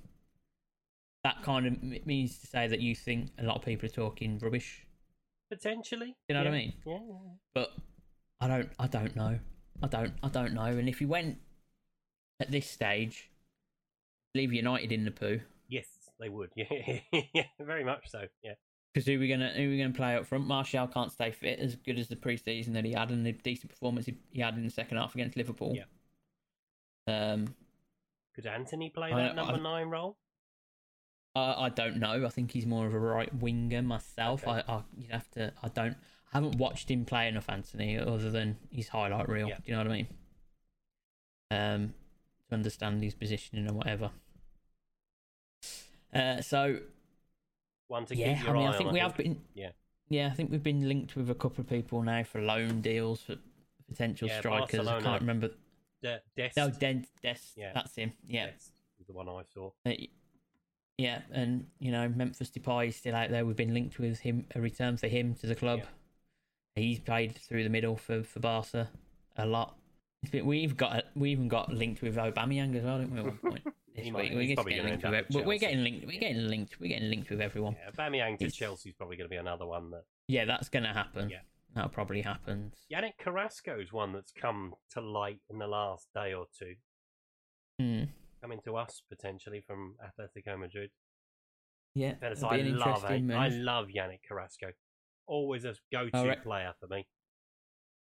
Speaker 1: that kind of m- means to say that you think a lot of people are talking rubbish.
Speaker 2: Potentially.
Speaker 1: You know what I
Speaker 2: yeah.
Speaker 1: mean?
Speaker 2: Yeah, yeah, yeah.
Speaker 1: But I don't. I don't know. I don't. I don't know. And if he went at this stage, leave United in the poo.
Speaker 2: Yes, they would. (laughs) Yeah, yeah, very much so. Yeah.
Speaker 1: Because who we gonna who we gonna play up front? Martial can't stay fit as good as the preseason that he had and the decent performance he, he had in the second half against Liverpool.
Speaker 2: Yeah.
Speaker 1: Um,
Speaker 2: Could Anthony play
Speaker 1: I-
Speaker 2: that number
Speaker 1: I-
Speaker 2: nine role?
Speaker 1: I, I don't know. I think he's more of a right winger myself.
Speaker 2: Okay.
Speaker 1: I, I you'd have to. I don't. I haven't watched him play enough, Anthony, other than his highlight reel.
Speaker 2: Yeah.
Speaker 1: Do you know what I mean? Um, to understand his positioning and whatever. Uh, so
Speaker 2: One to
Speaker 1: yeah,
Speaker 2: keep your
Speaker 1: I mean,
Speaker 2: eye
Speaker 1: I think
Speaker 2: on.
Speaker 1: we
Speaker 2: I
Speaker 1: have
Speaker 2: think.
Speaker 1: been.
Speaker 2: Yeah.
Speaker 1: yeah, I think we've been linked with a couple of people now for loan deals for potential
Speaker 2: Yeah,
Speaker 1: strikers. I
Speaker 2: Barcelona.
Speaker 1: can't remember.
Speaker 2: De- Dest.
Speaker 1: No, Dent, Dest.
Speaker 2: Yeah.
Speaker 1: That's him. Yeah,
Speaker 2: Dest was the one I saw.
Speaker 1: Uh, yeah, and you know Memphis Depay is still out there. We've been linked with him a return for him to the club.
Speaker 2: Yeah.
Speaker 1: He's played through the middle for for Barca a lot. It's been- We've got a- we even got linked with Aubameyang as well, didn't we? At one point this
Speaker 2: (laughs) He
Speaker 1: week,
Speaker 2: might- he's
Speaker 1: we're just
Speaker 2: probably
Speaker 1: getting
Speaker 2: gonna
Speaker 1: linked with.
Speaker 2: end up at
Speaker 1: ev- We're
Speaker 2: Chelsea.
Speaker 1: getting linked. We're getting linked. We're getting linked with everyone.
Speaker 2: Yeah, Bamiyang to
Speaker 1: It's-
Speaker 2: Chelsea's probably going to be another one that.
Speaker 1: Yeah, that's gonna happen.
Speaker 2: Yeah.
Speaker 1: That'll probably happen.
Speaker 2: Yannick Carrasco's one that's come to light in the last day or two,
Speaker 1: Hmm.
Speaker 2: coming to us potentially from Atletico Madrid.
Speaker 1: Yeah.
Speaker 2: That is,
Speaker 1: it'll
Speaker 2: I
Speaker 1: be an
Speaker 2: love,
Speaker 1: interesting
Speaker 2: I
Speaker 1: move.
Speaker 2: love Yannick Carrasco. Always a go-to
Speaker 1: I re-
Speaker 2: player for me.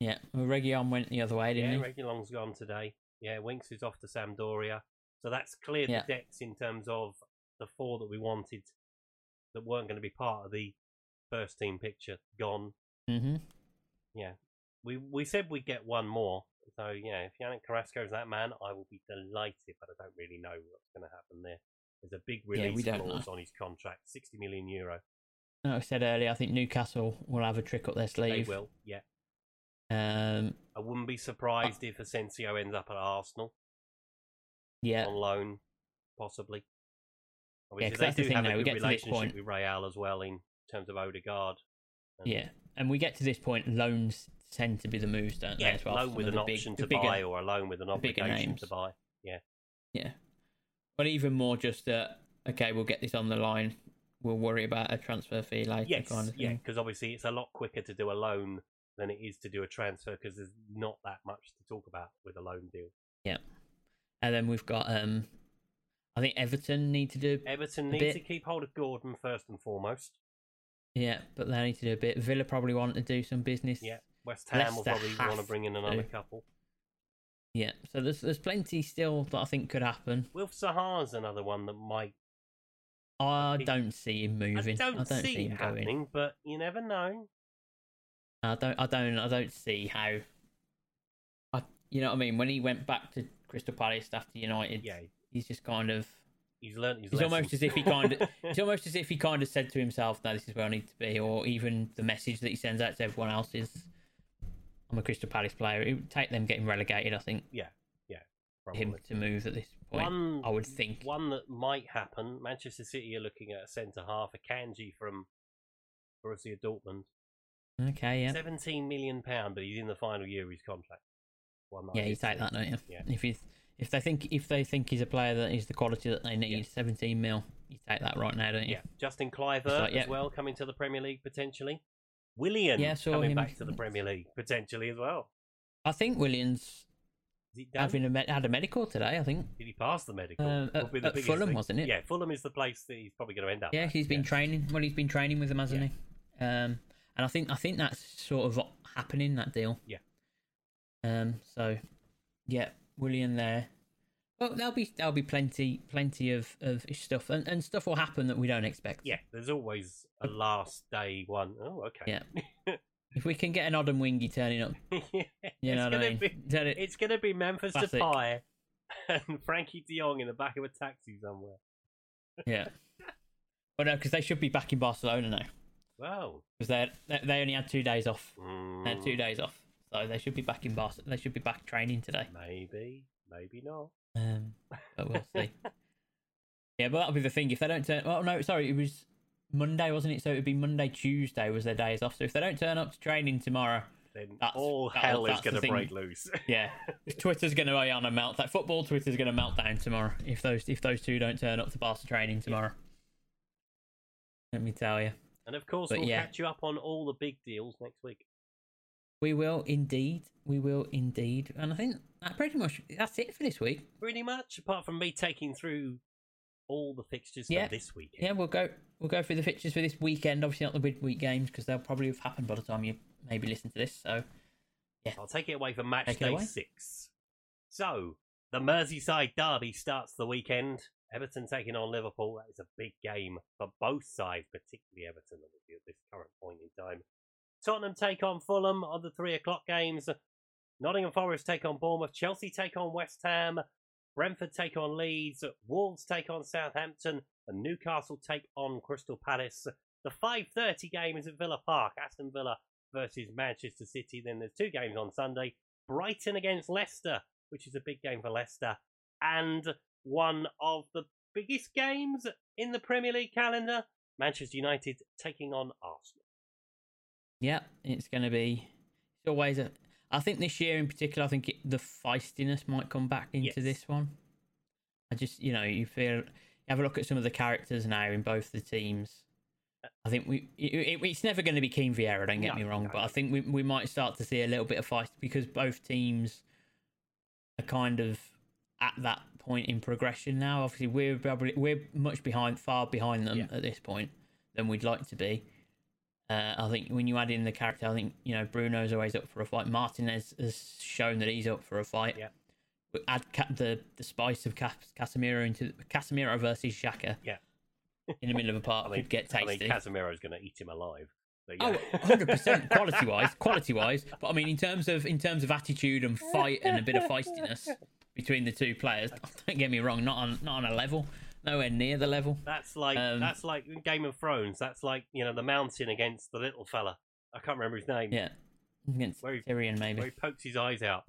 Speaker 1: Yeah. Well, Reguilon went the other way, didn't
Speaker 2: Yeah,
Speaker 1: he?
Speaker 2: Regulon's gone today. Yeah, Winks is off to Sampdoria. So that's cleared
Speaker 1: Yeah.
Speaker 2: the decks in terms of the four that we wanted that weren't going to be part of the first team picture gone.
Speaker 1: Mm-hmm.
Speaker 2: Yeah. We we said we'd get one more. So yeah, if Yannick Carrasco's that man, I will be delighted, but I don't really know what's going to happen there. There's a big
Speaker 1: Yeah, we
Speaker 2: release
Speaker 1: don't
Speaker 2: clause on his contract, 60 million euro.
Speaker 1: Like I said earlier, I think Newcastle will have a trick up their
Speaker 2: They
Speaker 1: sleeve.
Speaker 2: will, yeah.
Speaker 1: Um.
Speaker 2: I wouldn't be surprised if Asensio ends up at Arsenal
Speaker 1: Yeah.
Speaker 2: on loan, possibly.
Speaker 1: 'cause
Speaker 2: Obviously,
Speaker 1: that's
Speaker 2: they
Speaker 1: the
Speaker 2: do
Speaker 1: thing
Speaker 2: have
Speaker 1: now,
Speaker 2: a
Speaker 1: we
Speaker 2: good
Speaker 1: get to this
Speaker 2: relationship
Speaker 1: point-
Speaker 2: with Real as well in terms of Odegaard.
Speaker 1: Yeah. And we get to this point, loans tend to be the moves, don't
Speaker 2: Yeah,
Speaker 1: they? As well.
Speaker 2: loan
Speaker 1: Some
Speaker 2: with
Speaker 1: of
Speaker 2: an
Speaker 1: the big-
Speaker 2: option
Speaker 1: the
Speaker 2: to
Speaker 1: bigger-
Speaker 2: buy or a loan with an
Speaker 1: the bigger
Speaker 2: obligation to
Speaker 1: names.
Speaker 2: buy.
Speaker 1: Yeah. But even more, just uh, okay, we'll get this on the line. We'll worry about a transfer fee later.
Speaker 2: Yes,
Speaker 1: kind of
Speaker 2: yeah,
Speaker 1: thing.
Speaker 2: because obviously it's a lot quicker to do a loan than it is to do a transfer because there's not that much to talk about with a loan deal.
Speaker 1: And then we've got um, I think Everton need to do
Speaker 2: Everton
Speaker 1: A
Speaker 2: need
Speaker 1: bit-
Speaker 2: to keep hold of Gordon first and foremost.
Speaker 1: Yeah, but they need to do a bit. Villa probably want to do some business.
Speaker 2: Yeah, West Ham will
Speaker 1: Leicester
Speaker 2: probably want to
Speaker 1: have
Speaker 2: bring in another
Speaker 1: to.
Speaker 2: couple.
Speaker 1: Yeah, So there's there's plenty still that I think could happen.
Speaker 2: Wilf Sahar's another one that might.
Speaker 1: I
Speaker 2: He-
Speaker 1: don't see him moving.
Speaker 2: I don't, see,
Speaker 1: him
Speaker 2: it happening,
Speaker 1: going.
Speaker 2: but you never know.
Speaker 1: I don't. I don't. I don't see how. I. You know what I mean? When he went back to Crystal Palace after United,
Speaker 2: Yeah,
Speaker 1: he's just kind
Speaker 2: (laughs)
Speaker 1: of.
Speaker 2: he's learnt his
Speaker 1: It's
Speaker 2: lesson.
Speaker 1: almost as if he kind of. It's almost as if he kind of said to himself, "No, this is where I need to be," or even the message that he sends out to everyone else is, "I'm a Crystal Palace player." It would take them getting relegated, I think, for him
Speaker 2: (laughs) Probably.
Speaker 1: to move at this point.
Speaker 2: One-
Speaker 1: I would think.
Speaker 2: One that might happen. Manchester City are looking at a centre half, a Kanji from Borussia Dortmund.
Speaker 1: Okay, yeah.
Speaker 2: Seventeen million pound, but he's in the final year of his contract. One that I
Speaker 1: Yeah, you
Speaker 2: did
Speaker 1: take
Speaker 2: see.
Speaker 1: that, don't you?
Speaker 2: Yeah.
Speaker 1: If you if they think if they think he's a player that is the quality that they need,
Speaker 2: Yeah.
Speaker 1: seventeen mil, you take that right now, don't you?
Speaker 2: Yeah, Justin Clivert
Speaker 1: It's like, yeah.
Speaker 2: as well coming to the Premier League potentially. Willian
Speaker 1: Yeah, I saw
Speaker 2: coming
Speaker 1: him.
Speaker 2: back to the Premier League potentially as well.
Speaker 1: I think Williams
Speaker 2: Is he done?
Speaker 1: having a med- had a medical today. I think.
Speaker 2: Did he pass the medical?
Speaker 1: Um,
Speaker 2: Would
Speaker 1: at-
Speaker 2: be the
Speaker 1: at
Speaker 2: biggest
Speaker 1: Fulham,
Speaker 2: thing.
Speaker 1: wasn't it?
Speaker 2: Yeah, Fulham is the place that he's probably going to end up.
Speaker 1: Yeah,
Speaker 2: at.
Speaker 1: he's been training. Well, he's been training with them, hasn't
Speaker 2: Yeah.
Speaker 1: he? Um, and I think I think that's sort of what happening that deal.
Speaker 2: Yeah.
Speaker 1: Um. So, yeah, William there. Well, there'll be there'll be plenty plenty of of stuff and, and stuff will happen that we don't expect.
Speaker 2: Yeah, there's always a last day one. Oh, okay.
Speaker 1: Yeah. If we can get an odd and wingy turning up,
Speaker 2: Yeah.
Speaker 1: you know
Speaker 2: it's
Speaker 1: what I
Speaker 2: gonna
Speaker 1: mean.
Speaker 2: Be,
Speaker 1: Turn it-
Speaker 2: (laughs) it's going to be Memphis
Speaker 1: Classic.
Speaker 2: Depay and (laughs) Frankie De Jong in the back of a taxi somewhere.
Speaker 1: yeah. Well, no, because they should be back in Barcelona now
Speaker 2: Wow.
Speaker 1: because they they- they only had two days off. They had
Speaker 2: Mm,
Speaker 1: two days off, so they should be back in Barcelona. They should be back training today.
Speaker 2: hmm, maybe, maybe not.
Speaker 1: Um, but we'll see. yeah, but that'll be the thing. If they don't turn, oh no, sorry, it was Monday, wasn't it? So it'd be Monday, Tuesday was their days off. So if they don't turn up to training tomorrow,
Speaker 2: Then
Speaker 1: That's-
Speaker 2: all
Speaker 1: that-
Speaker 2: hell is
Speaker 1: that's the
Speaker 2: going to
Speaker 1: thing.
Speaker 2: break loose. (laughs)
Speaker 1: yeah, Twitter's going to be on a melt. That football Twitter's going to melt down tomorrow if those if those two don't turn up to Barca training tomorrow. Let me tell you,
Speaker 2: and of course,
Speaker 1: But
Speaker 2: we'll
Speaker 1: yeah.
Speaker 2: catch you up on all the big deals next week.
Speaker 1: we will indeed, we will indeed, and I think that pretty much that's it for this week.
Speaker 2: Pretty much, apart from me taking through all the fixtures
Speaker 1: Yeah.
Speaker 2: for this weekend.
Speaker 1: Yeah, we'll go we'll go through the fixtures for this weekend. Obviously, not the midweek games because they'll probably have happened by the time you maybe listen to this. So.
Speaker 2: I'll take it away for match
Speaker 1: Take it
Speaker 2: day
Speaker 1: away.
Speaker 2: six. So the Merseyside derby starts the weekend. Everton taking on Liverpool. That is a big game for both sides, particularly Everton obviously, at this current point in time. Tottenham take on Fulham on the three o'clock games. Nottingham Forest take on Bournemouth. Chelsea take on West Ham. Brentford take on Leeds. Wolves take on Southampton. And Newcastle take on Crystal Palace. The 5.30 game is at Villa Park. Aston Villa versus Manchester City. Then there's two games on Sunday Brighton against Leicester, which is a big game for Leicester, and one of the biggest games in the Premier League calendar Manchester United taking on Arsenal.
Speaker 1: Yeah, it's going to be. It's always a. I think this year in particular, I think it, the feistiness might come back into
Speaker 2: Yes.
Speaker 1: this one. I just, you know, you feel. You have a look at some of the characters now in both the teams. I think we. It, it- it's never going to be Keen Vieira, don't get
Speaker 2: No,
Speaker 1: me wrong,
Speaker 2: no,
Speaker 1: but
Speaker 2: no.
Speaker 1: I think we we might start to see a little bit of feist because both teams are kind of at that point in progression now. Obviously, we're probably, we're much behind, far behind them
Speaker 2: Yeah.
Speaker 1: at this point than we'd like to be. Uh, I think when you add in the character, I think you know Bruno's always up for a fight. Martinez has shown that he's up for a fight.
Speaker 2: Yep.
Speaker 1: We Add ca- the the spice of Cas- Casemiro into Casemiro versus Shaka.
Speaker 2: Yeah.
Speaker 1: in the middle of a park could get
Speaker 2: I mean,
Speaker 1: tasty.
Speaker 2: Casemiro's going to eat him alive. But
Speaker 1: Oh,
Speaker 2: yeah.
Speaker 1: 100 percent quality wise, quality wise. But I mean, in terms of in terms of attitude and fight and a bit of feistiness between the two players, (laughs) don't get me wrong, not on not on a level, nowhere near the level.
Speaker 2: (laughs) That's like
Speaker 1: Um,
Speaker 2: that's like in Game of Thrones. That's like you know the mountain against the little fella. I can't remember his name.
Speaker 1: Yeah, against
Speaker 2: Where he-
Speaker 1: Tyrion maybe.
Speaker 2: Where he pokes his eyes out.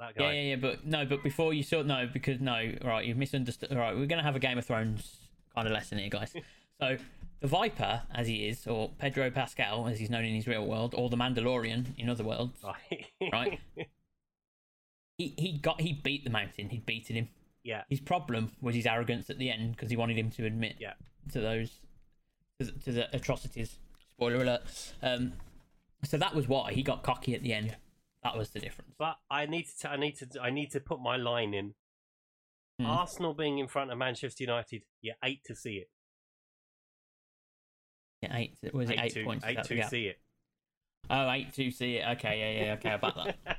Speaker 2: That
Speaker 1: Yeah,
Speaker 2: guy.
Speaker 1: yeah, yeah, but no, but before you saw no, because no, right, you've misunderstood. All right, we're gonna have a Game of Thrones kind of lesson here, guys. so the Viper, as he is, or Pedro Pascal, as he's known in his real world, or the Mandalorian in other worlds,
Speaker 2: (laughs) Right.
Speaker 1: right? he he got he beat the mountain. He'd beaten him.
Speaker 2: yeah.
Speaker 1: His problem was his arrogance at the end because he wanted him to admit
Speaker 2: Yeah.
Speaker 1: to those to the, to the atrocities. Spoiler alert. Um, so that was why he got cocky at the end. That was the difference.
Speaker 2: But I need to. I need to. I need to put my line in.
Speaker 1: Hmm.
Speaker 2: Arsenal being in front of Manchester United, you hate to see it.
Speaker 1: Yeah, eight was it
Speaker 2: Hate
Speaker 1: eight
Speaker 2: to,
Speaker 1: points?
Speaker 2: hate
Speaker 1: that we
Speaker 2: to
Speaker 1: got?
Speaker 2: see it. (laughs)
Speaker 1: Oh, eight two see it. Okay, yeah, yeah, okay, about
Speaker 2: (laughs)
Speaker 1: that.
Speaker 2: yeah,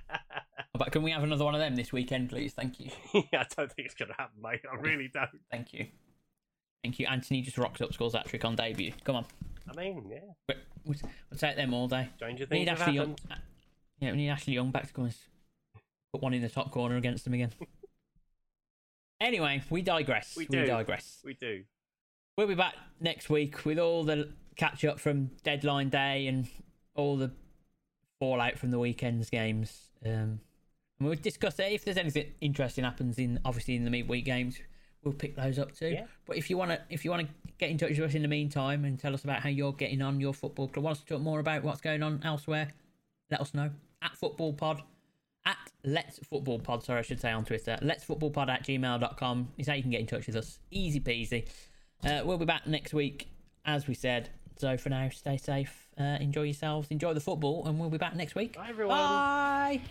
Speaker 1: But can we have another one of them this weekend, please? Thank you,
Speaker 2: I don't think it's going to happen, mate. I really don't.
Speaker 1: thank you, thank you. Anthony just rocks up, scores that trick on debut. Come on,
Speaker 2: I mean, yeah,
Speaker 1: We- we'll, we'll take them all day.
Speaker 2: stranger
Speaker 1: We
Speaker 2: things
Speaker 1: need um,
Speaker 2: have
Speaker 1: Ashley Young.
Speaker 2: happened.
Speaker 1: Yeah, we need Ashley Young back to come and s- put one in the top corner against them
Speaker 2: (laughs)
Speaker 1: again. anyway, we digress.
Speaker 2: We do.
Speaker 1: digress.
Speaker 2: We do.
Speaker 1: We'll be back next week with all the catch up from deadline day and all the fallout from the weekend's games. Um, and we'll discuss it. If there's anything interesting happens in obviously in the midweek games, we'll pick those up too.
Speaker 2: Yeah.
Speaker 1: But if you wanna if you wanna get in touch with us in the meantime and tell us about how you're getting on your football club, want us to talk more about what's going on elsewhere, let us know. At football pod at let's football pod, sorry I should say on Twitter. Let's football pod at gmail.com is how you can get in touch with us. Easy peasy. Uh, we'll be back next week, as we said. So for now, stay safe, uh, enjoy yourselves, enjoy the football, and we'll be back next week.
Speaker 2: Bye, everyone.
Speaker 1: Bye.